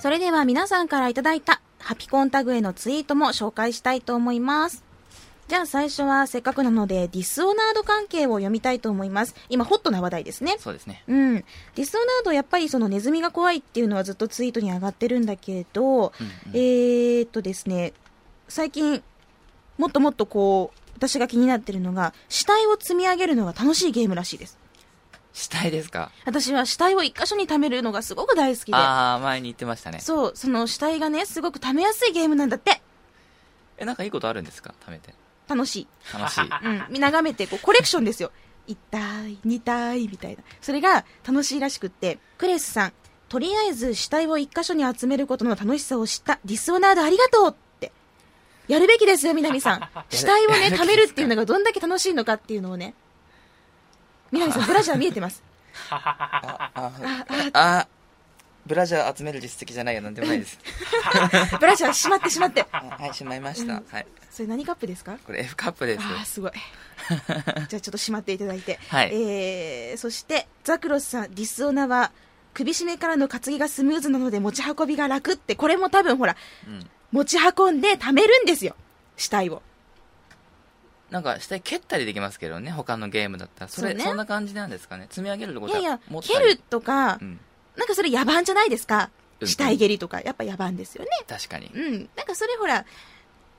それでは皆さんからいただいたハピコンタグへのツイートも紹介したいと思います。じゃあ最初はせっかくなのでディスオナード関係を読みたいと思います。今ホットな話題ですね。
そうですね
うん。ディスオナードやっぱりそのネズミが怖いっていうのはずっとツイートに上がってるんだけど、
うんうん
えーっとですね、最近もっともっとこう、私が気になってるのが死体を積み上げるのが楽しいゲームらしいです。
したいですか
私は死体を一箇所に貯めるのがすごく大好きで。
ああ前に言ってましたね
そう、その死体がね、すごく貯めやすいゲームなんだって。
えなんかいいことあるんですか貯めて
楽しい。
楽しい
うん。眺めて、こう、コレクションですよ。1体、2体、みたいな。それが楽しいらしくって、クレスさん、とりあえず死体を一箇所に集めることの楽しさを知ったディスオナードありがとうって。やるべきですよ、南 さん。死体をね、
やるべきですか
貯めるっていうのがどんだけ楽しいのかっていうのをね。南さん、ブラジャー見えてます。
あああブラジャー集める実績じゃないよなんで もないです
ブラジャーしまってしまって。
はいしまいましたはい
それ何カップですか
これ F カップです
ああ、すごい。じゃあちょっとしまっていただいて。
はい
えーそして、ザクロスさん、ディスオナは、首絞めからの担ぎがスムーズなので持ち運びが楽って、これも多分ほら、
うん
持ち運んで貯めるんですよ。死体を。
なんか下に蹴ったりできますけどね他のゲームだったらそれ
そ
そ,、
うね
んな感じなんですかね積み上げるとこ
い
じゃ
やいや
持っ、た
蹴
り
るとか、
うん、
なんかそれ野蛮じゃないですか。
うん
死体蹴りとか、やっぱ野蛮ですよね。
確かに
うん。なんかそれほら、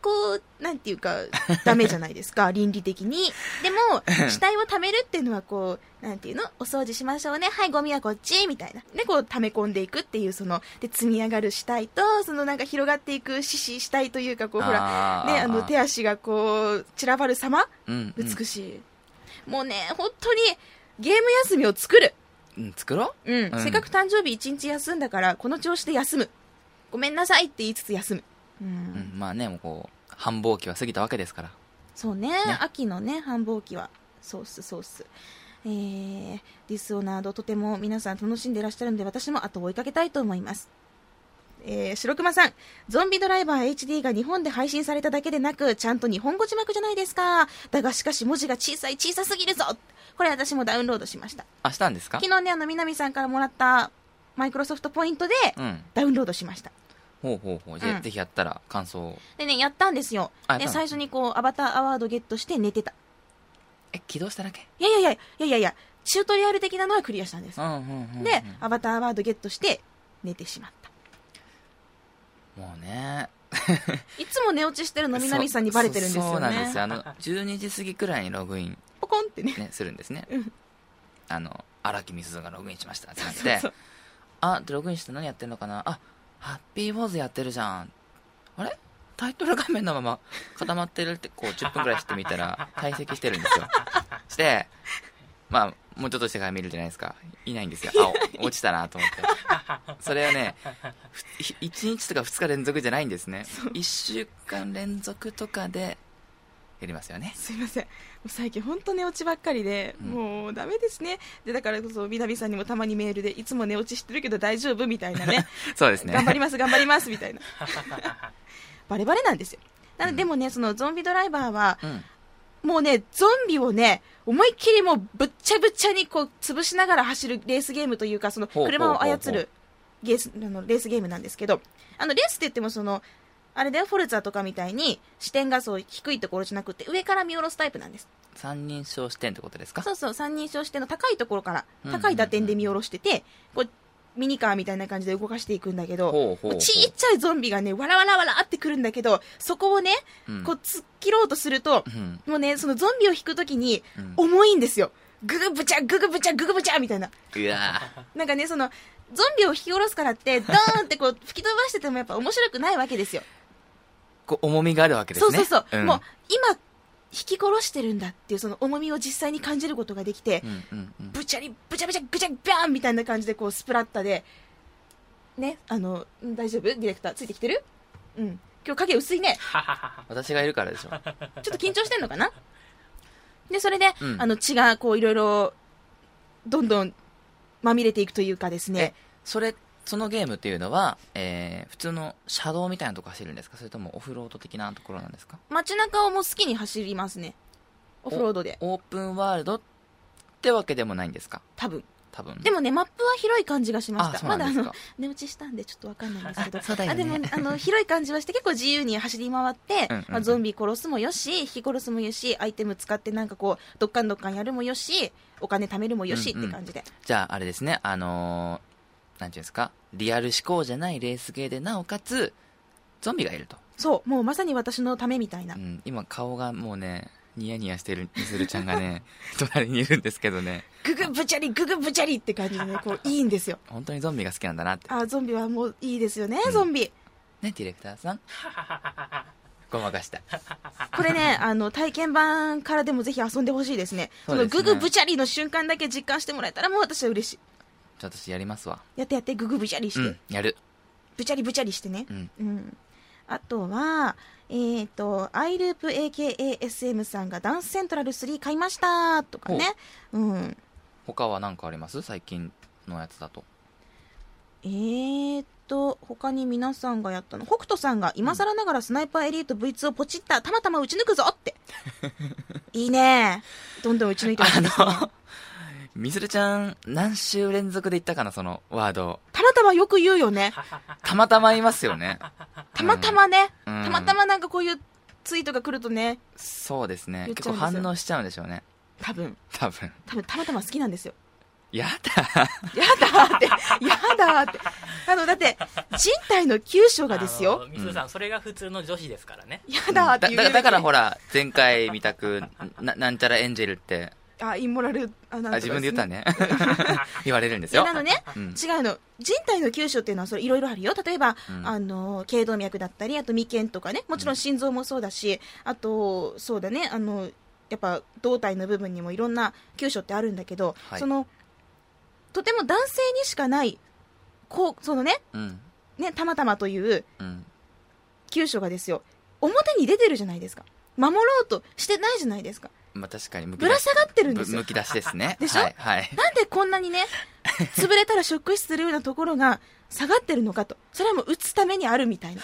こう、なんていうか、 ダメじゃないですか、倫理的に。でも、死体を貯めるっていうのは、こう、なんていうのお掃除しましょうね。はい、ゴミはこっちみたいな。で、こう、溜め込んでいくっていう、その、で、積み上がる死体と、そのなんか広がっていく死死死体というか、こう、ほら、
ら
ね、あの、手足がこう、散らばる様
うん、うん
美しい。もうね、本当に、ゲーム休みを作る。
うん、作ろ
うん。
うん
せっかく誕生日一日休んだから、この調子で休む。ごめんなさいって言いつつ休む。う
う、うんん、まあねもうこう繁忙期は過ぎたわけですから
そうね秋のね繁忙期はそうっすそうっすえー、ディスオナードとても皆さん楽しんでいらっしゃるので私も後を追いかけたいと思いますえー、白熊さんゾンビドライバー HD が日本で配信されただけでなくちゃんと日本語字幕じゃないですかだがしかし文字が小さい小さすぎるぞこれ私もダウンロードしました
あしたんですか
昨日ねあの南さんからもらったマイクロソフトポイントで
うん
ダウンロードしました
ほうほうほうじゃあ、
うん
ぜひやったら感想を
でねやったんですよ
あやった
で
の
最初にこうアバターアワードゲットして寝てた
え起動しただけ
いやいやいやいやいやいやチュートリアル的なのはクリアしたんです
う。んうんうん、うん、
で、アバターアワードゲットして寝てしまった。
もうね
いつも寝落ちしてるのみなみさんにバレてるんですよね。
そうそうなんですよあの12時過ぎくらいにログイン、
ポコンってね。
ね、するんですね
うん
あの荒木みすずがログインしましたってなって
そうそう
あでログインして何やってんのかなあハッピーウォーズやってるじゃんあれタイトル画面のま ま固まってるってこう10分くらいしてみたら退席してるんですよしてまあもうちょっとしてから見るじゃないですかいないんですよあお落ちたなと思ってそれはね1日とか2日連続じゃないんですね1週間連続とかでやりますよね
すいません。もう最近本当寝落ちばっかりで、
うん
もうダメですね。で、だからこそみなみさんにもたまにメールで、いつも寝落ちしてるけど大丈夫みたいなね。
そう ですね
頑張ります、頑張りますみ たいな。バレバレなんですよ。なので、でもね、そのゾンビドライバーは、
うん
もうね、ゾンビをね、思いっきりもうぶっちゃぶっちゃにこう潰しながら走るレースゲームというか、その
ほうほう
車を操
ほうほう
るゲースあのレースゲームなんですけど、あのレースって言ってもその、あれだよ、フォルツァとかみたいに視点がそう低いところじゃなくて、上から見下ろすタイプなんです。
三人称視点ってことですか
そうそう、三人称視点の高いところから
うん、
高い打点で見下ろしてて、こう、ミニカーみたいな感じで動かしていくんだけど、
ほうほうほう
ちっちゃいゾンビがね、わらわらわらってくるんだけど、そこをね、
うん
こう突っ切ろうとすると
う、ん
もうね、そのゾンビを引くときに、
うん
重いんですよ。ググブチャ、ググブチャ、ググブチャみたいな。
うわ
なんかね、その、ゾンビを引き下ろすからって、ドーンってこう、 吹き飛ばしててもやっぱ面白くないわけですよ。
こう重みがあるわけです
そう
ね
そうそう。
ん
もう、今、引き殺してるんだっていうその重みを実際に感じることができて
う、んうんうん
ブチャリ、ブチャブチャ、グチャ、バーンみたいな感じでこう、スプラッタで、ね、あの、ん大丈夫ディレクター、ついてきてるうん。今日影薄いね。
私がいるからでしょ
ちょっと緊張してんのかなで、それで、
うん
あの血がこういろいろ、どんどんまみれていくというかですね。
それ、そのゲームっていうのは、えー普通の車道みたいなとこ走るんですかそれともオフロード的なところなんですか
街中をもう好きに走りますね。オフロードで。
オープンワールドってわけでもないんですか
多分。
多分。
でもね、マップは広い感じがしまし
あ、
た。
そう
まだ
な
あ
んです
の
か、。
寝落ちしたんでちょっとわかんないんですけど。
そうだよ
あでも
ね。
あの広い感じはして結構自由に走り回って、
うんうんうん
まあ、ゾンビ殺すもよし引き殺すもよしアイテム使ってなんかこうどっかんどっかんやるもよしお金貯めるもよしっ
うんうん
て感じで、
じゃあ、あれですね、あのーなんていうんですか、リアル思考じゃないレースゲーで、なおかつ、ゾンビがいると。
そうもうまさに私のためみたいな、
うん、今顔がもうね、ニヤニヤしてる、みずるちゃんが ね、隣にいるんですけどね、
ググブチャリググブチャリって感じ でねこういいんですよ
本当にゾンビが好きなんだなって。
あーゾンビはもういいですよね、
うん
ゾンビ
ね、ディレクターさん。 ごまかした。
これねあの体験版からでもぜひ遊んでほしいですねそ
そ
うの
ですね
ググブチャリの瞬間だけ実感してもらえたらもう私は嬉しい
ちょっと私やりますわ。
やってやってググブチャリし
う
て、
ん、やる。
ブチャリブチャリしてね
うん。
うん、あとは、えー、と、アイループ AKASM さんがダンスセントラル3買いましたとかね。うん。
他は何かあります最近のやつだと。
えー、と、他に皆さんがやったの。北斗さんが今更ながらスナイパーエリート V2 をポチった、たまたま撃ち抜くぞ って。いいねどんどん撃ち抜いてほしいですね。
あの みずるちゃん、何週連続で言ったかな、そのワード。
たまたまよく言うよね。
たまたま言いますよ ね。
たまたまね。
うん
たまたまなんかこういうツイートが来るとね、
そうですね。
言っ
結
ちゃう
構
んですよ
反応しちゃうんでしょうね。
多分、
多分。
多分たまたま好きなんで すよ。
やだ。
やだーって、やだーって。あの、だって、人体の急所がです
あの
よ。
みすずさん、それが普通の女子ですからね
やだーって
だ
言う
だだからほ
ら。
ら、前回見たく、ななんちゃらエンジェルって、
あ、インモラル、あ、なん
あ自分で言った
ん
ね。 言われるんですよ。
なのね、
うん。
違うの。人体の急所っていうのは、それいろいろあるよ。例えば、
うん
あの、頸動脈だったり、あと眉間とかね。もちろん心臓もそうだし、あと、そうだね、あの、やっぱ胴体の部分にもいろんな急所ってあるんだけど、
はい
その、とても男性にしかない、こう、そのね、
うん。
ね、たまたまという、
うん。
急所がですよ表に出てるじゃないですか守ろうとしてないじゃないですか
まあ確かにむき
ぶら下がってるんで
ぶ
すよ
むき出しですね。
でしょ
はい。はい。
なんでこんなにね潰れたらショック死するようなところが下がってるのかとそれはもう打つためにあるみたいな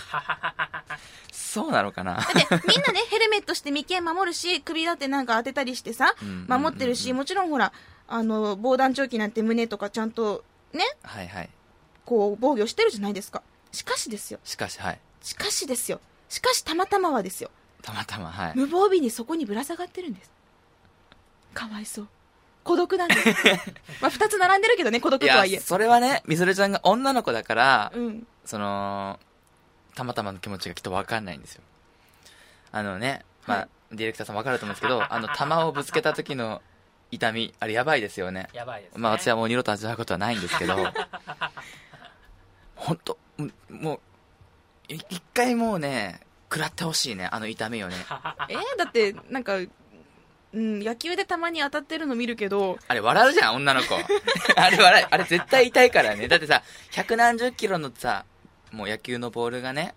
そうなのかな。
だってみんなねヘルメットして眉間守るし首だってなんか当てたりしてさ
うん
守ってるし、もちろんほらあの防弾チョッキなんて胸とかちゃんとね
はいはい。
こう防御してるじゃないですかしかしですよ
しかし、はい。
しかしですよしかしたまたまはですよ
たまたま、はい。
無防備にそこにぶら下がってるんですかわいそう孤独なんです まあ2つ並んでるけどね孤独
い
と
や
はいえ、
それはね、みそれちゃんが女の子だから、
うん、
その、たまたまの気持ちがきっとわかんないんですよ。あのね、まあ、
は
ディレクターさんわかると思うんですけど、あの、弾をぶつけた時の痛み、あれやばいですよね。
やばいです、ね、
まあ、私はもう二度と味わうことはないんですけど、 本当もう、い一回もうね、食らってほしいね、あの痛み をね。
えーだってなんか、うん、野球でたまに当たってるの見るけど
あれ笑うじゃん、女 の子。あれ笑い、あれ絶対痛いからね。だってさ、百何十キロのさ、もう野球のボールがね、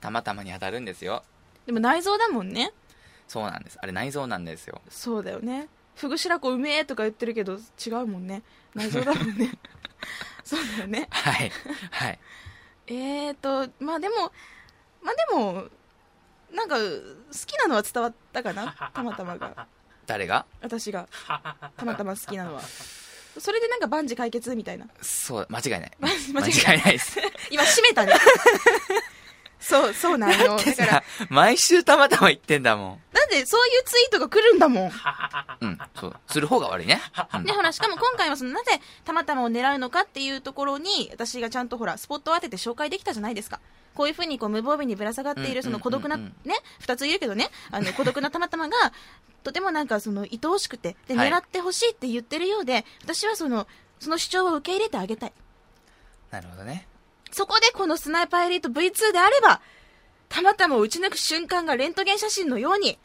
たまたまに当たるんですよ。
でも内臓だもんね
そうなんです。あれ内臓なんですよ。
そうだよねフグ白子うめえとか言ってるけど違うもんね内臓だも んねそうだよね
はい。はい。
えーとまあでもまあでもなんか好きなのは伝わったか なたまたまが
誰が
私 がたまたま好きなのはそれでなんか万事解決みたいな
そう、間違いない。
間違いない
いないです。
今閉め たねそうそうなのよ
だって
だから
さ、毎週たまたま言ってんだもん。
なんでそういうツイートが来るんだもん
うん、そう。する方が悪いね。うん
でほらしかも今回はそのなぜたまたまを狙うのかっていうところに私がちゃんとほらスポットを当てて紹介できたじゃないですかこういうふうにこう無防備にぶら下がっているその孤独な、
うんうんうん
ね2ついるけどねあの孤独なたまたまが とてもなんかその愛おしくてで
はい
狙ってほしいって言ってるようで、私はそのその主張を受け入れてあげたい
なるほどね。
そこでこのスナイパーエリート V2 であればたまたまを撃ち抜く瞬間がレントゲン写真のように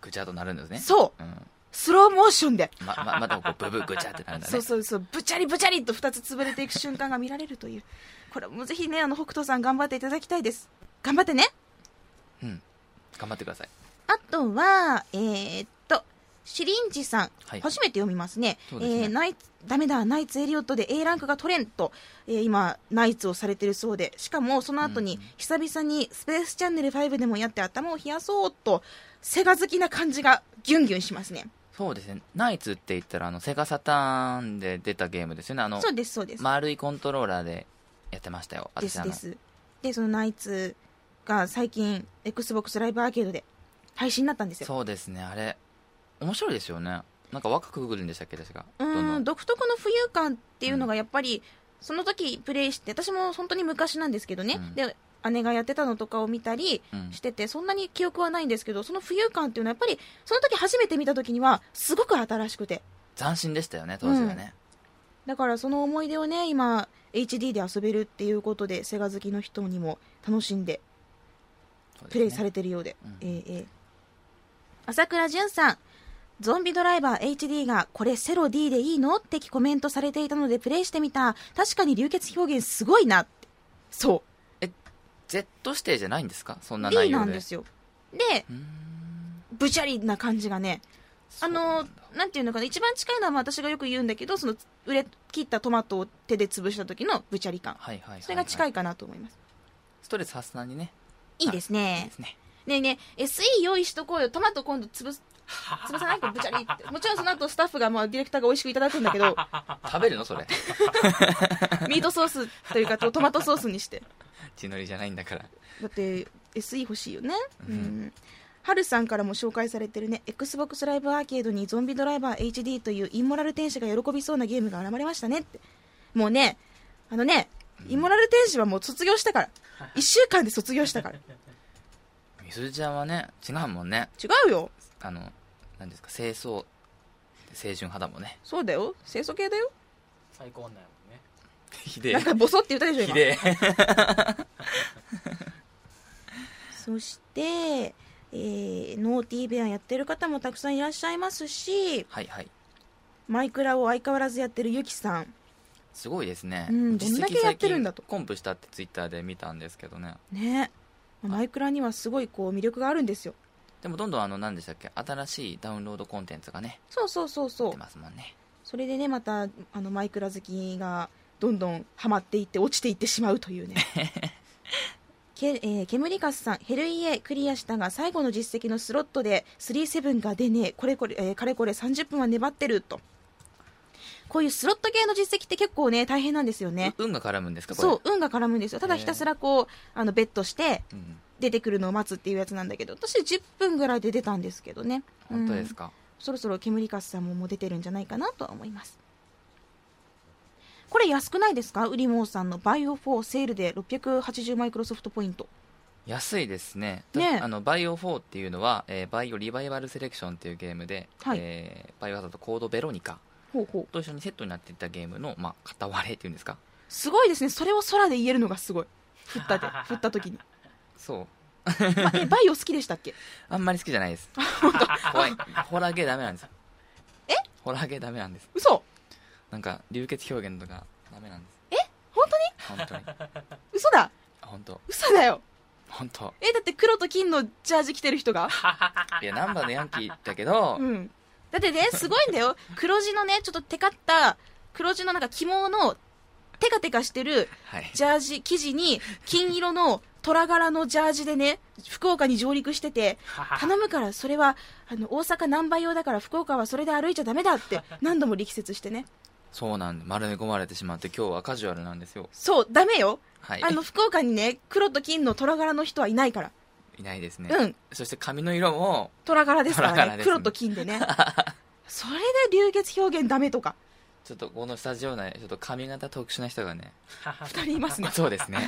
ぐちゃっとなるんですね。。
そう
うん。
スローモーションで
ま、ま、またこう、ブブぐちゃってなるんだね。
そうそうそう、ぶちゃりぶちゃりと2つ潰れていく瞬間が見られるという、これもぜひね、あの北斗さん、頑張っていただきたいです。頑張ってね。
うん。頑張ってください。
あとは、えーっと、シリンジさん、
はい
初めて読みますね
そうですね
えーナイツダメだナイツエリオットで A ランクが取れんと、えー今ナイツをされてるそうでしかもその後に
うん
久々にスペースチャンネル5でもやって頭を冷やそうとセガ好きな感じがギュンギュンしますね
そうですね。ナイツって言ったら、あの、セガサターンで出たゲームですよね。あの、
そうですそうです、
丸いコントローラーでやってましたよ。
で
私、
す
あ
で
の、
すでそのナイツが最近 XBOX ライブアーケードで配信になったんですよ
そうですね。あれ、面白いですよね。なんか若くぐるんでしたっけ、ですが。
う
ど
ーん
んどん
独特の浮遊感っていうのがやっぱり、その時プレイして私も本当に昔なんですけどね、
うん
で姉がやってたのとかを見たり
うん
しててそんなに記憶はないんですけどその浮遊感っていうのはやっぱりその時初めて見た時にはすごく新しくて
斬新でしたよね、当時はね。
だからその思い出をね今 HD で遊べるっていうことでセガ好きの人にも楽しんで
そうですね
プレイされてるようで、
うん
ええええ朝倉淳さんゾンビドライバー HD がこれセロ D でいいのってコメントされていたのでプレイしてみた確かに流血表現すごいなってそ
Z 指定じゃないんですかそん
う
な
D
内
な
容
ん
で。
ですよで
うーん
ブチャリな感じがねあ
そうな
の
んだ
なんていうのかな一番近いのはまあ私がよく言うんだけどその売れ切ったトマトを手で潰した時のブチャリ感
はいはいはいはい
それが近いかなと思います、
ストレス発散にね
いいです
いい
ね
ですね
ねえねえ SE 用意しとこうよトマト今度潰す潰さないとブチャリってもちろんその後スタッフがまあディレクターが美味しくいただくんだけ ど
食べるのそれ
ミートソースというかトマトソースにして
血のりじゃないんだから
だって SE 欲しいよねう
うん
んハルさんからも紹介されてるね XBOX ライブアーケードにゾンビドライバー HD というインモラル天使が喜びそうなゲームが現れましたねってもうねあのねインモラル天使はもう卒業した から1週間で卒業したから
みすずちゃんはね違うもんね
違うよ
あの何ですか清掃青春肌もんね
そうだよ清楚系だよ
最高女やもんね
ひで
なんかボソって言ったでしょ
え
今
ひでえ
そして、えーノーティーベアやってる方もたくさんいらっしゃいますし
はいはい
マイクラを相変わらずやってるゆきさん
すごいですね、
うん
実績
どんだけやってるんだと
最近コンプしたってツイッターで見たんですけどね
ねマイクラにはすごいこう魅力があるんですよ
でもどんどんあの何でしたっけ新しいダウンロードコンテンツがね
そうそうそうそ
出
う
てますもんね
それでねまたあのマイクラ好きがどんどんハマっていって落ちていってしまうと いうねけ、えー、煙カスさんヘルイエクリアしたが最後の実績のスロットで37が出ねえこれこれ、えーかれこれ30分は粘ってるとこういうスロット系の実績って結構ね大変なんですよね
う運が絡むんですかこれ
そう運が絡むんですよただひたすらこうあのベットして
う、ん、
出てくるのを待つっていうやつなんだけど私10分ぐらいで出たんですけどね
本当です
うん
か、
そろそろ煙かすさんももう出てるんじゃないかなとは思いますこれ安くないですかウリモーさんのバイオ4セールで680マイクロソフトポイント
安いですね
ねえ
あのバイオ4っていうのは、えーバイオリバイバルセレクションっていうゲームで、
はい
えーバイオハザードコードベロニカ
ほうほう
と一緒にセットになっていたゲームの、まあ、片割れっていうんですか
すごいですねそれを空で言えるのがすごい振った で振った時に、
そう
ま、えバイオ好きでしたっけ
あんまり好きじゃない です怖いホラーゲーダメなんですよ
え
ホラーゲーダメなんです
嘘
なんか流血表現とかダメなんです
本当に
本当に
嘘だ
本当
嘘だよ
本 当
えだって黒と金のジャージ着てる人が
いやナンバーのヤンキーだけど、
うん、だってねすごいんだよ黒地のねちょっとテカった黒地のなんか肝のテカテカしてる
はい
ジャージ生地に金色の虎柄のジャージでね福岡に上陸してて頼むからそれはあの大阪難波用だから福岡はそれで歩いちゃダメだって何度も力説してね
そうなんで丸め込まれてしまって今日はカジュアルなんですよ
そうダメよ
はい
あの福岡にね黒と金の虎柄の人はいないから
いないですね、
うん
そして髪の色も
虎柄ですからね
虎柄ですね
黒と金でねそれで流血表現ダメとか
ちょっとこのスタジオ内ちょっと髪型特殊な人がね
2人いますね
そうですね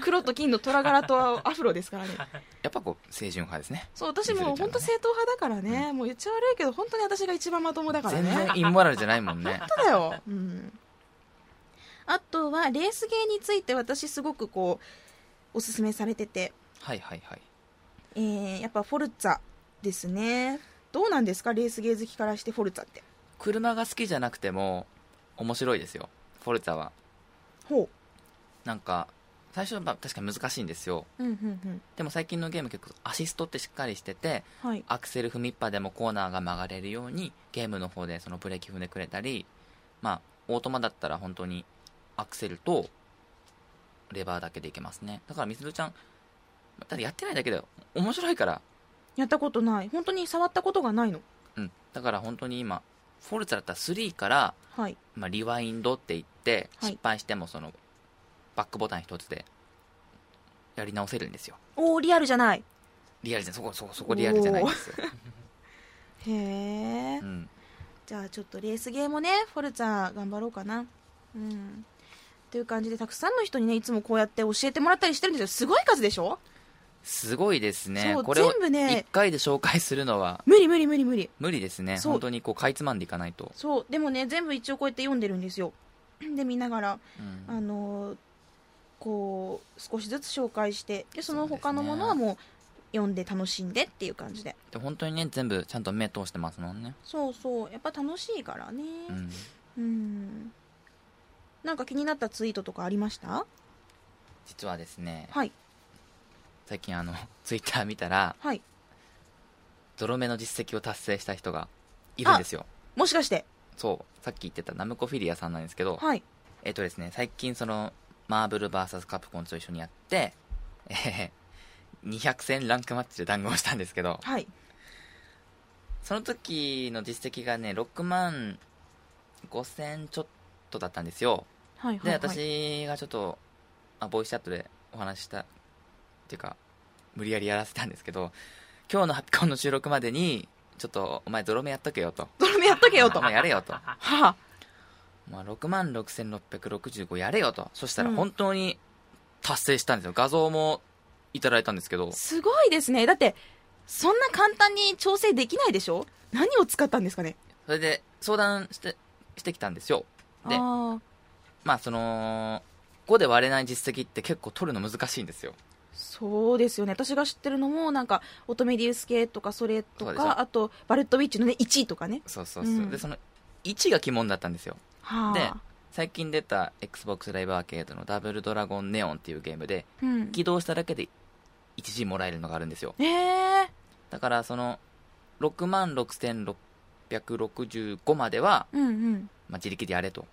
黒と金の虎柄とアフロですからね
やっぱこう清純派ですね
そう私もう本当正統派だからね、もう言っちゃ悪いけど本当に私が一番まともだから
全
ね
然
本
インモラルじゃないもんね
当だよ、うん、あとはレースゲーについて私すごくこうおすすめされてて、
はいはいはい
えーやっぱフォルツァですねどうなんですかレースゲー好きからしてフォルツァって
車が好きじゃなくても面白いですよフォルツァは
ほう
なんか最初はまあ確かに難しいんですよ
うんうんうん
でも最近のゲーム結構アシストってしっかりしてて
はい
アクセル踏みっぱでもコーナーが曲がれるようにゲームの方でそのブレーキ踏んでくれたりまあオートマだったら本当にアクセルとレバーだけでいけますねだからみすずちゃんただやってないだけだよ面白いから
やったことない本当に触ったことがないの
うんだから本当に今フォルツァだったら3から、
はい
まあ、リワインドって言って
はい
失敗してもそのバックボタン一つでやり直せるんですよ
おおリアルじゃない
リアルじゃないそこそこそこリアルじゃないんですよ、
へえ
うん、
じゃあちょっとレースゲーもねフォルツァ頑張ろうかなうんっていう感じでたくさんの人にねいつもこうやって教えてもらったりしてるんですよすごい数でしょ
すごいですね
そう
これを
全部ね
1回で紹介するのは
無理無理無理無理
無理ですね
そう
本当にこうかいつまんでいかないと、
そうでもね全部一応こうやって読んでるんですよで見ながら
うん
あのーこう少しずつ紹介してでその他のものはもう読んで楽しんでっていう感じで
で本当にね全部ちゃんと目通してますもんね、
そうそうやっぱ楽しいからね
うん、
うんなんか気になったツイートとかありました
実はですね
はい
最近あの ツイッター見たら
はい
泥目の実績を達成した人がいるんですよ
もしかして
そうさっき言ってたナムコフィリアさんなんですけど
はい
えっとですね最近そのマーブル VS カプコンと一緒にやって、えへへ200戦ランクマッチで談合したんですけど
はい
その時の実績がね6万5000ちょっとだったんですよ
はいはい
で
はい
私がちょっと、まあ、ボイスチャットでお話ししたっていうか無理やりやらせたんですけど今日のハ ピコンの収録までにちょっとお前泥目やっとけよと
泥目やっとけよと
お前やれ よと、
はあ
まあ、6万6665やれよとそしたら
うん
本当に達成したんですよ画像もいただいたんですけど
すごいですねだってそんな簡単に調整できないでしょ何を使ったんですかね
それで相談してしてきたんですよ
あ
で
あ
まあその5で割れない実績って結構取るの難しいんですよ
そうですよね私が知ってるのもなんか乙女流介とかそれと
そうでしょ
かあとバレットウィッチのね1位とかね
そうそうそう、
うん
でその1が鬼門だったんですよ
はあ
で最近出た XBOX ライブアーケードのダブルドラゴンネオンっていうゲームで
うん、
起動しただけで 1G もらえるのがあるんですよ
ええ
だからその6万6665までは、
うんうん
まあ、自力でや れと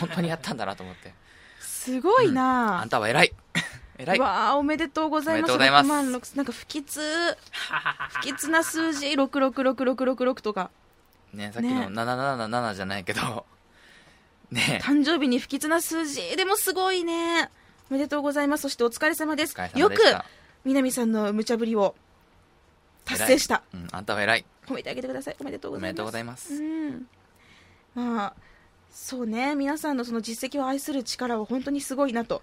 本当にやったんだなと思って
すごいな
あ
あ、
んたは偉 い偉い
わあおめでとうございます
おめでとうござい
6
ます
万6なんか不吉不吉な数字666666とか
ねさっきの
ね
777じゃないけ どね
誕生日に不吉な数字でもすごいねおめでとうございますそしてお疲れ様です
お疲れ様でした
よく南さんの無茶ぶりを達成した
うん、あんたは偉い
褒めてあげてくださいおめでとう
お
ござ
め
い
でと
ます
うございます、
うん、まあそうね皆さんのその実績を愛する力は本当にすごいなと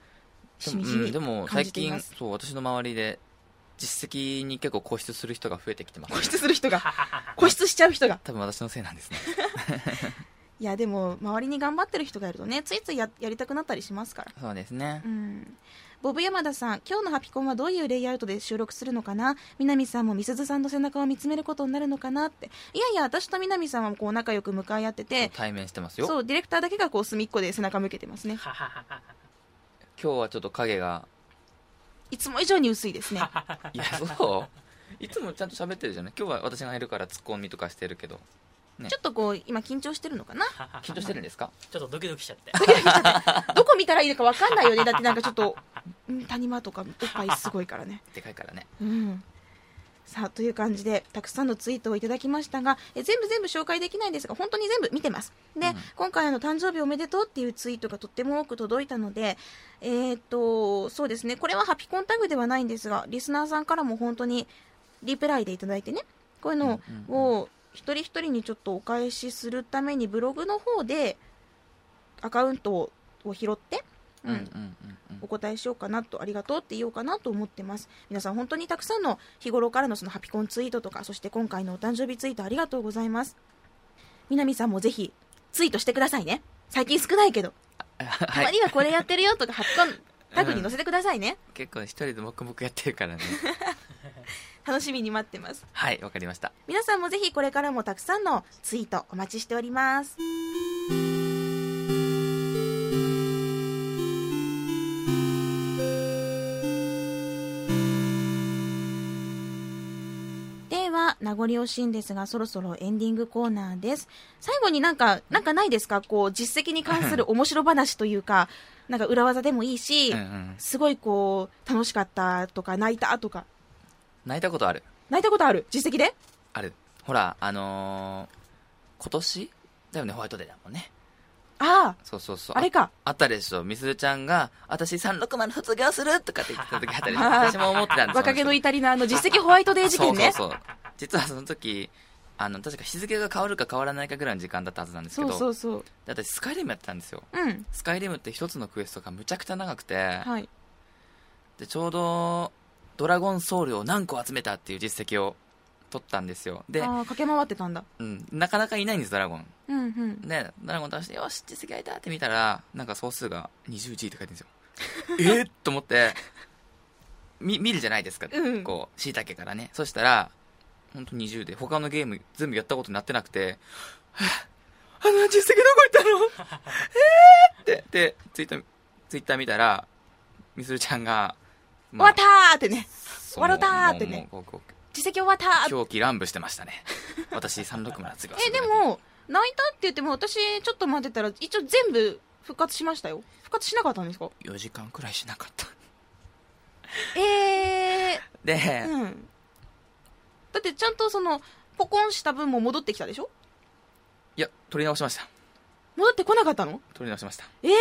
しみじ
う
み
んでも
感
最
じていま
近
す、
そう私の周りで実績に結構固執する人が増えてきてます
固執する 人が固執しちゃう人が
多分私のせいなんですね
いやでも周りに頑張ってる人がいるとねついついややりたくなったりしますから
そうですね
うんボブ山田さん今日のハピコンはどういうレイアウトで収録するのかな南さんも美鈴さんの背中を見つめることになるのかなっていやいや私と南さんはこう仲良く向かい合ってて
対面してますよ
そうディレクターだけがこう隅っこで背中向けてますね
今日はちょっと影が
いつも以上に薄いですね
いやそういつもちゃんと喋ってるじゃない今日は私がいるからツッコミとかしてるけど
ちょっとこう今緊張してるのかな
緊張してるんですか
ちょっとドキドキしちゃって
どこ見たらいいのか分かんないよねだってなんかちょっとうん谷間とかおっぱいすごいからね
でかいからね
うんさあという感じでたくさんのツイートをいただきましたがえ全部全部紹介できないんですが本当に全部見てますで、
うん
今回あの誕生日おめでとうっていうツイートがとっても多く届いたのでえーっとそうですねこれはハピコンタグではないんですがリスナーさんからも本当にリプライでいただいてねこういうの
うんうん
を一人一人にちょっとお返しするためにブログの方でアカウントを拾って、
うんうんうんうん
お答えしようかなとありがとうって言おうかなと思ってます皆さん本当にたくさんの日頃からのそのハピコンツイートとかそして今回のお誕生日ツイートありがとうございます南さんもぜひツイートしてくださいね最近少ないけど、た
は
ま
い
にはこれやってるよとかハピコンタグに載せてくださいね、
結構一人で黙々やってるからね
楽しみに待ってます
はいわかりました
皆さんもぜひこれからもたくさんのツイートお待ちしておりますは名残惜しいんですが、そろそろエンディングコーナーです。最後になんか、なんかないですかこう、実績に関する面白話というか、なんか裏技でもいいし、
うんうん
すごいこう、楽しかったとか、泣いたとか。
泣いたことある
泣いたことある実績で
あるほらあのー今年だよねホワイトデーだもんね
あ
そうそうそ
あ、
う
あれか。
あったでしょみすずちゃんが「私360卒業する!」とかって言ってた時あったでしょ
あー
私も思ってたんですよ
若気の至りのあの、実績ホワイトデー事件ね。
そうそうそう実はその時あの確か日付が変わるか変わらないかぐらいの時間だったはずなんですけ
そう
ど
そうそう。
で私スカイリムやってたんですよ
うん。
スカイリムって一つのクエストがむちゃくちゃ長くて、
はい。
でちょうどドラゴンソウルを何個集めたっていう実績を取ったんですよで、
ああ、駆け回ってたんだ。
うん、なかなかいないんですドラゴン
うんうん。
でドラゴン倒してよし実績開いたって見たらなんか総数が 20G って書いてるん ですよえっと思ってみ見るじゃないですか、
うん
こうしいたけからねそしたら本当20で他のゲーム全部やったことになってなくてはぁあの実績ど こ行ったのえーってでツイッターツイッター見たらみするちゃんが、
終わった
た
ーってね。終わろうたーってね実績終わったーって
狂気乱舞してましたね私360の次は
えでも泣いたって言っても私ちょっと待ってたら一応全部復活しましたよ復活しなかったんですか
4時間くらいしなかった
え
で、
ー、うんだってちゃんとそのポコンした分も戻ってきたでしょ
いや、取り直しました。
戻ってこなかったの
取り直しました。
えー、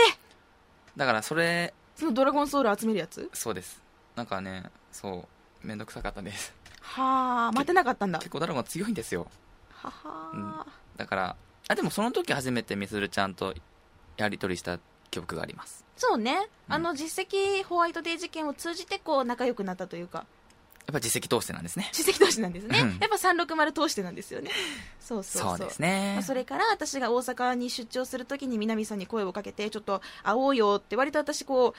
だから、それ、
そのドラゴンソウル集めるやつ
そうです。なんかね、そう、めんどくさかったんです。
はあ待てなかったんだ
結構ドラゴン強いんですよ。
はは
だから、あ、でもその時初めてみするちゃんとやり取りした記憶があります。
そうね
うん
あの実績ホワイトデー事件を通じてこう仲良くなったというか
やっぱ実績通してなんですね。
実績同士なんですね、
うん
やっぱ360通してなんですよねそうそう
そ
そうう
ですね
まあ。それから私が大阪に出張するときに南さんに声をかけてちょっと会おうよって割と私こ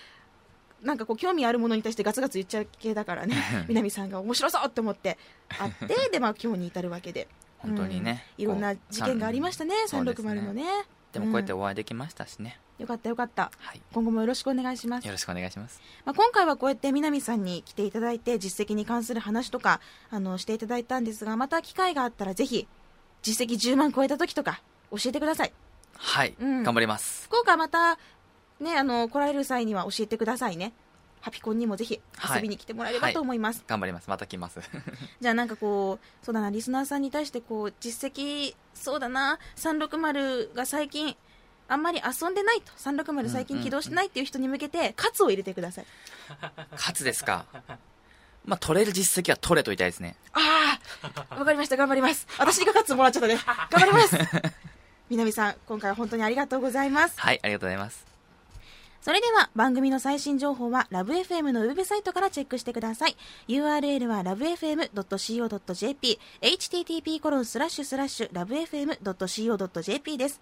うなんかこう興味あるものに対してガツガツ言っちゃう系だからね南さんが面白そうって思って会ってでまあ今日に至るわけ で
本当にね。。
いろんな事件がありましたたね
そうですね
360のね
でもこうやってお会いできましたしね。
よかったよかった
はい。
今後もよろしくお願いします
よろしくお願いします。
まあ、今回はこうやって南さんに来ていただいて実績に関する話とかあのしていただいたんですがまた機会があったらぜひ実績10万超えた時とか教えてください
はい。
うん
頑張ります。
福岡またねあの来られる際には教えてくださいねハピコンにもぜひ遊びに来てもらえればと思います、
頑張ります。また来ます。
じゃあなんかこうそうだなリスナーさんに対してこう実績そうだな360が最近あんまり遊んでないと360最近起動してないっていう人に向けてカツを入れてください
勝つですか。まあ、取れる実績は取れといたいですね。
ああ、わかりました、頑張ります。私がカツもらっちゃったね。頑張ります。南さん、今回は本当にありがとうございます。
はい、ありがとうございます。
それでは番組の最新情報はラブ f m のウェブサイトからチェックしてください URL はラブ f m c o j p http コロンスラッシュスラッシュラブ f m c o j p です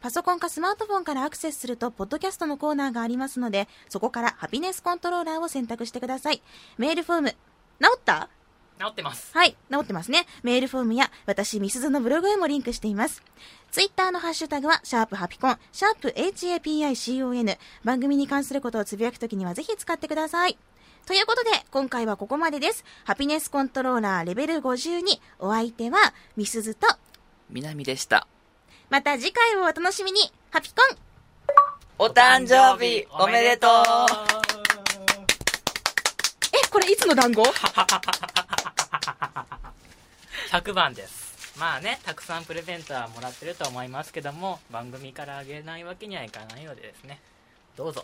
パソコンかスマートフォンからアクセスすると、ポッドキャストのコーナーがありますので、そこからハピネスコントローラーを選択してください。メールフォーム、治った
治ってます
はい、治ってますね。メールフォームや、私、みすずのブログへもリンクしています。ツイッターのハッシュタグは、シャープハピコン、シャープ HAPICON。番組に関することをつぶやくときにはぜひ使ってください。ということで、今回はここまでです。ハピネスコントローラーレベル52、お相手は、みすずと、
南でした。
また次回をお楽しみに、ハピコン
お誕生日おめでと う
え、これいつの団子
100番ですまあねたくさんプレゼントはもらってると思いますけども番組からあげないわけにはいかないのでですねどうぞ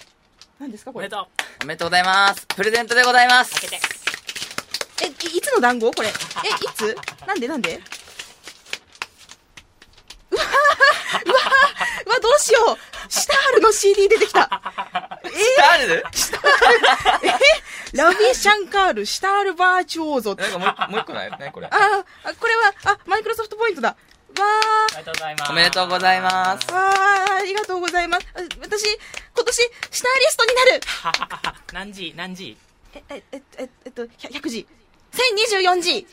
何ですか
お
こ
め
れ
で。とう
おめでとうございますプレゼントでございます
開けて
え、いいつの団子これ。え、いつなんでなんでうわーう わーうわ、どうしようシタールの CD 出てきたえ
ある
ー、ラビーシャンカール、シタールバーチョーゾ。
なんかもうもう一個ないねこれ
あーあ、これは、あ、マイクロソフトポイントだ。わ
おめでとうございま
お
す
めでとうございます
ー、わー、ありがとうございます。あ私、今年、シターリストになる
何時何時
え、え、え、え、えっと、100時。1024時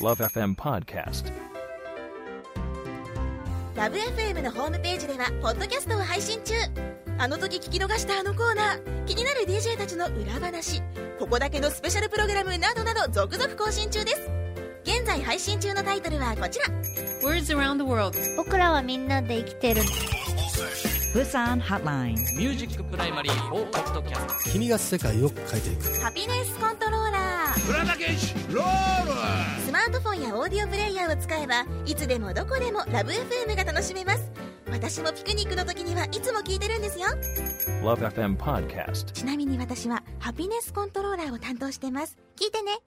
Love FM Podcast.
ラブ f m のホームページではポッドキャストを配信中あの時聞き逃したあのコーナー気になる DJ たちの裏話ここだけのスペシャルプログラムなどなど続々更新中です現在配信中のタイトルはこちら
Words around the world.
僕らはみんなで生きてる
Busan Hotline.
ミュージックプライマリー4ポッドキャス
君が世界を変えていく
ハピネスコントローラースマートフォンやオーディオプレイヤーを使えばいつでもどこでもラブ f m が楽しめます私もピクニックの時にはいつも聞いてるんですよ
Love FM Podcast.
ちなみに私はハピネスコントローラーを担当してます聞いてね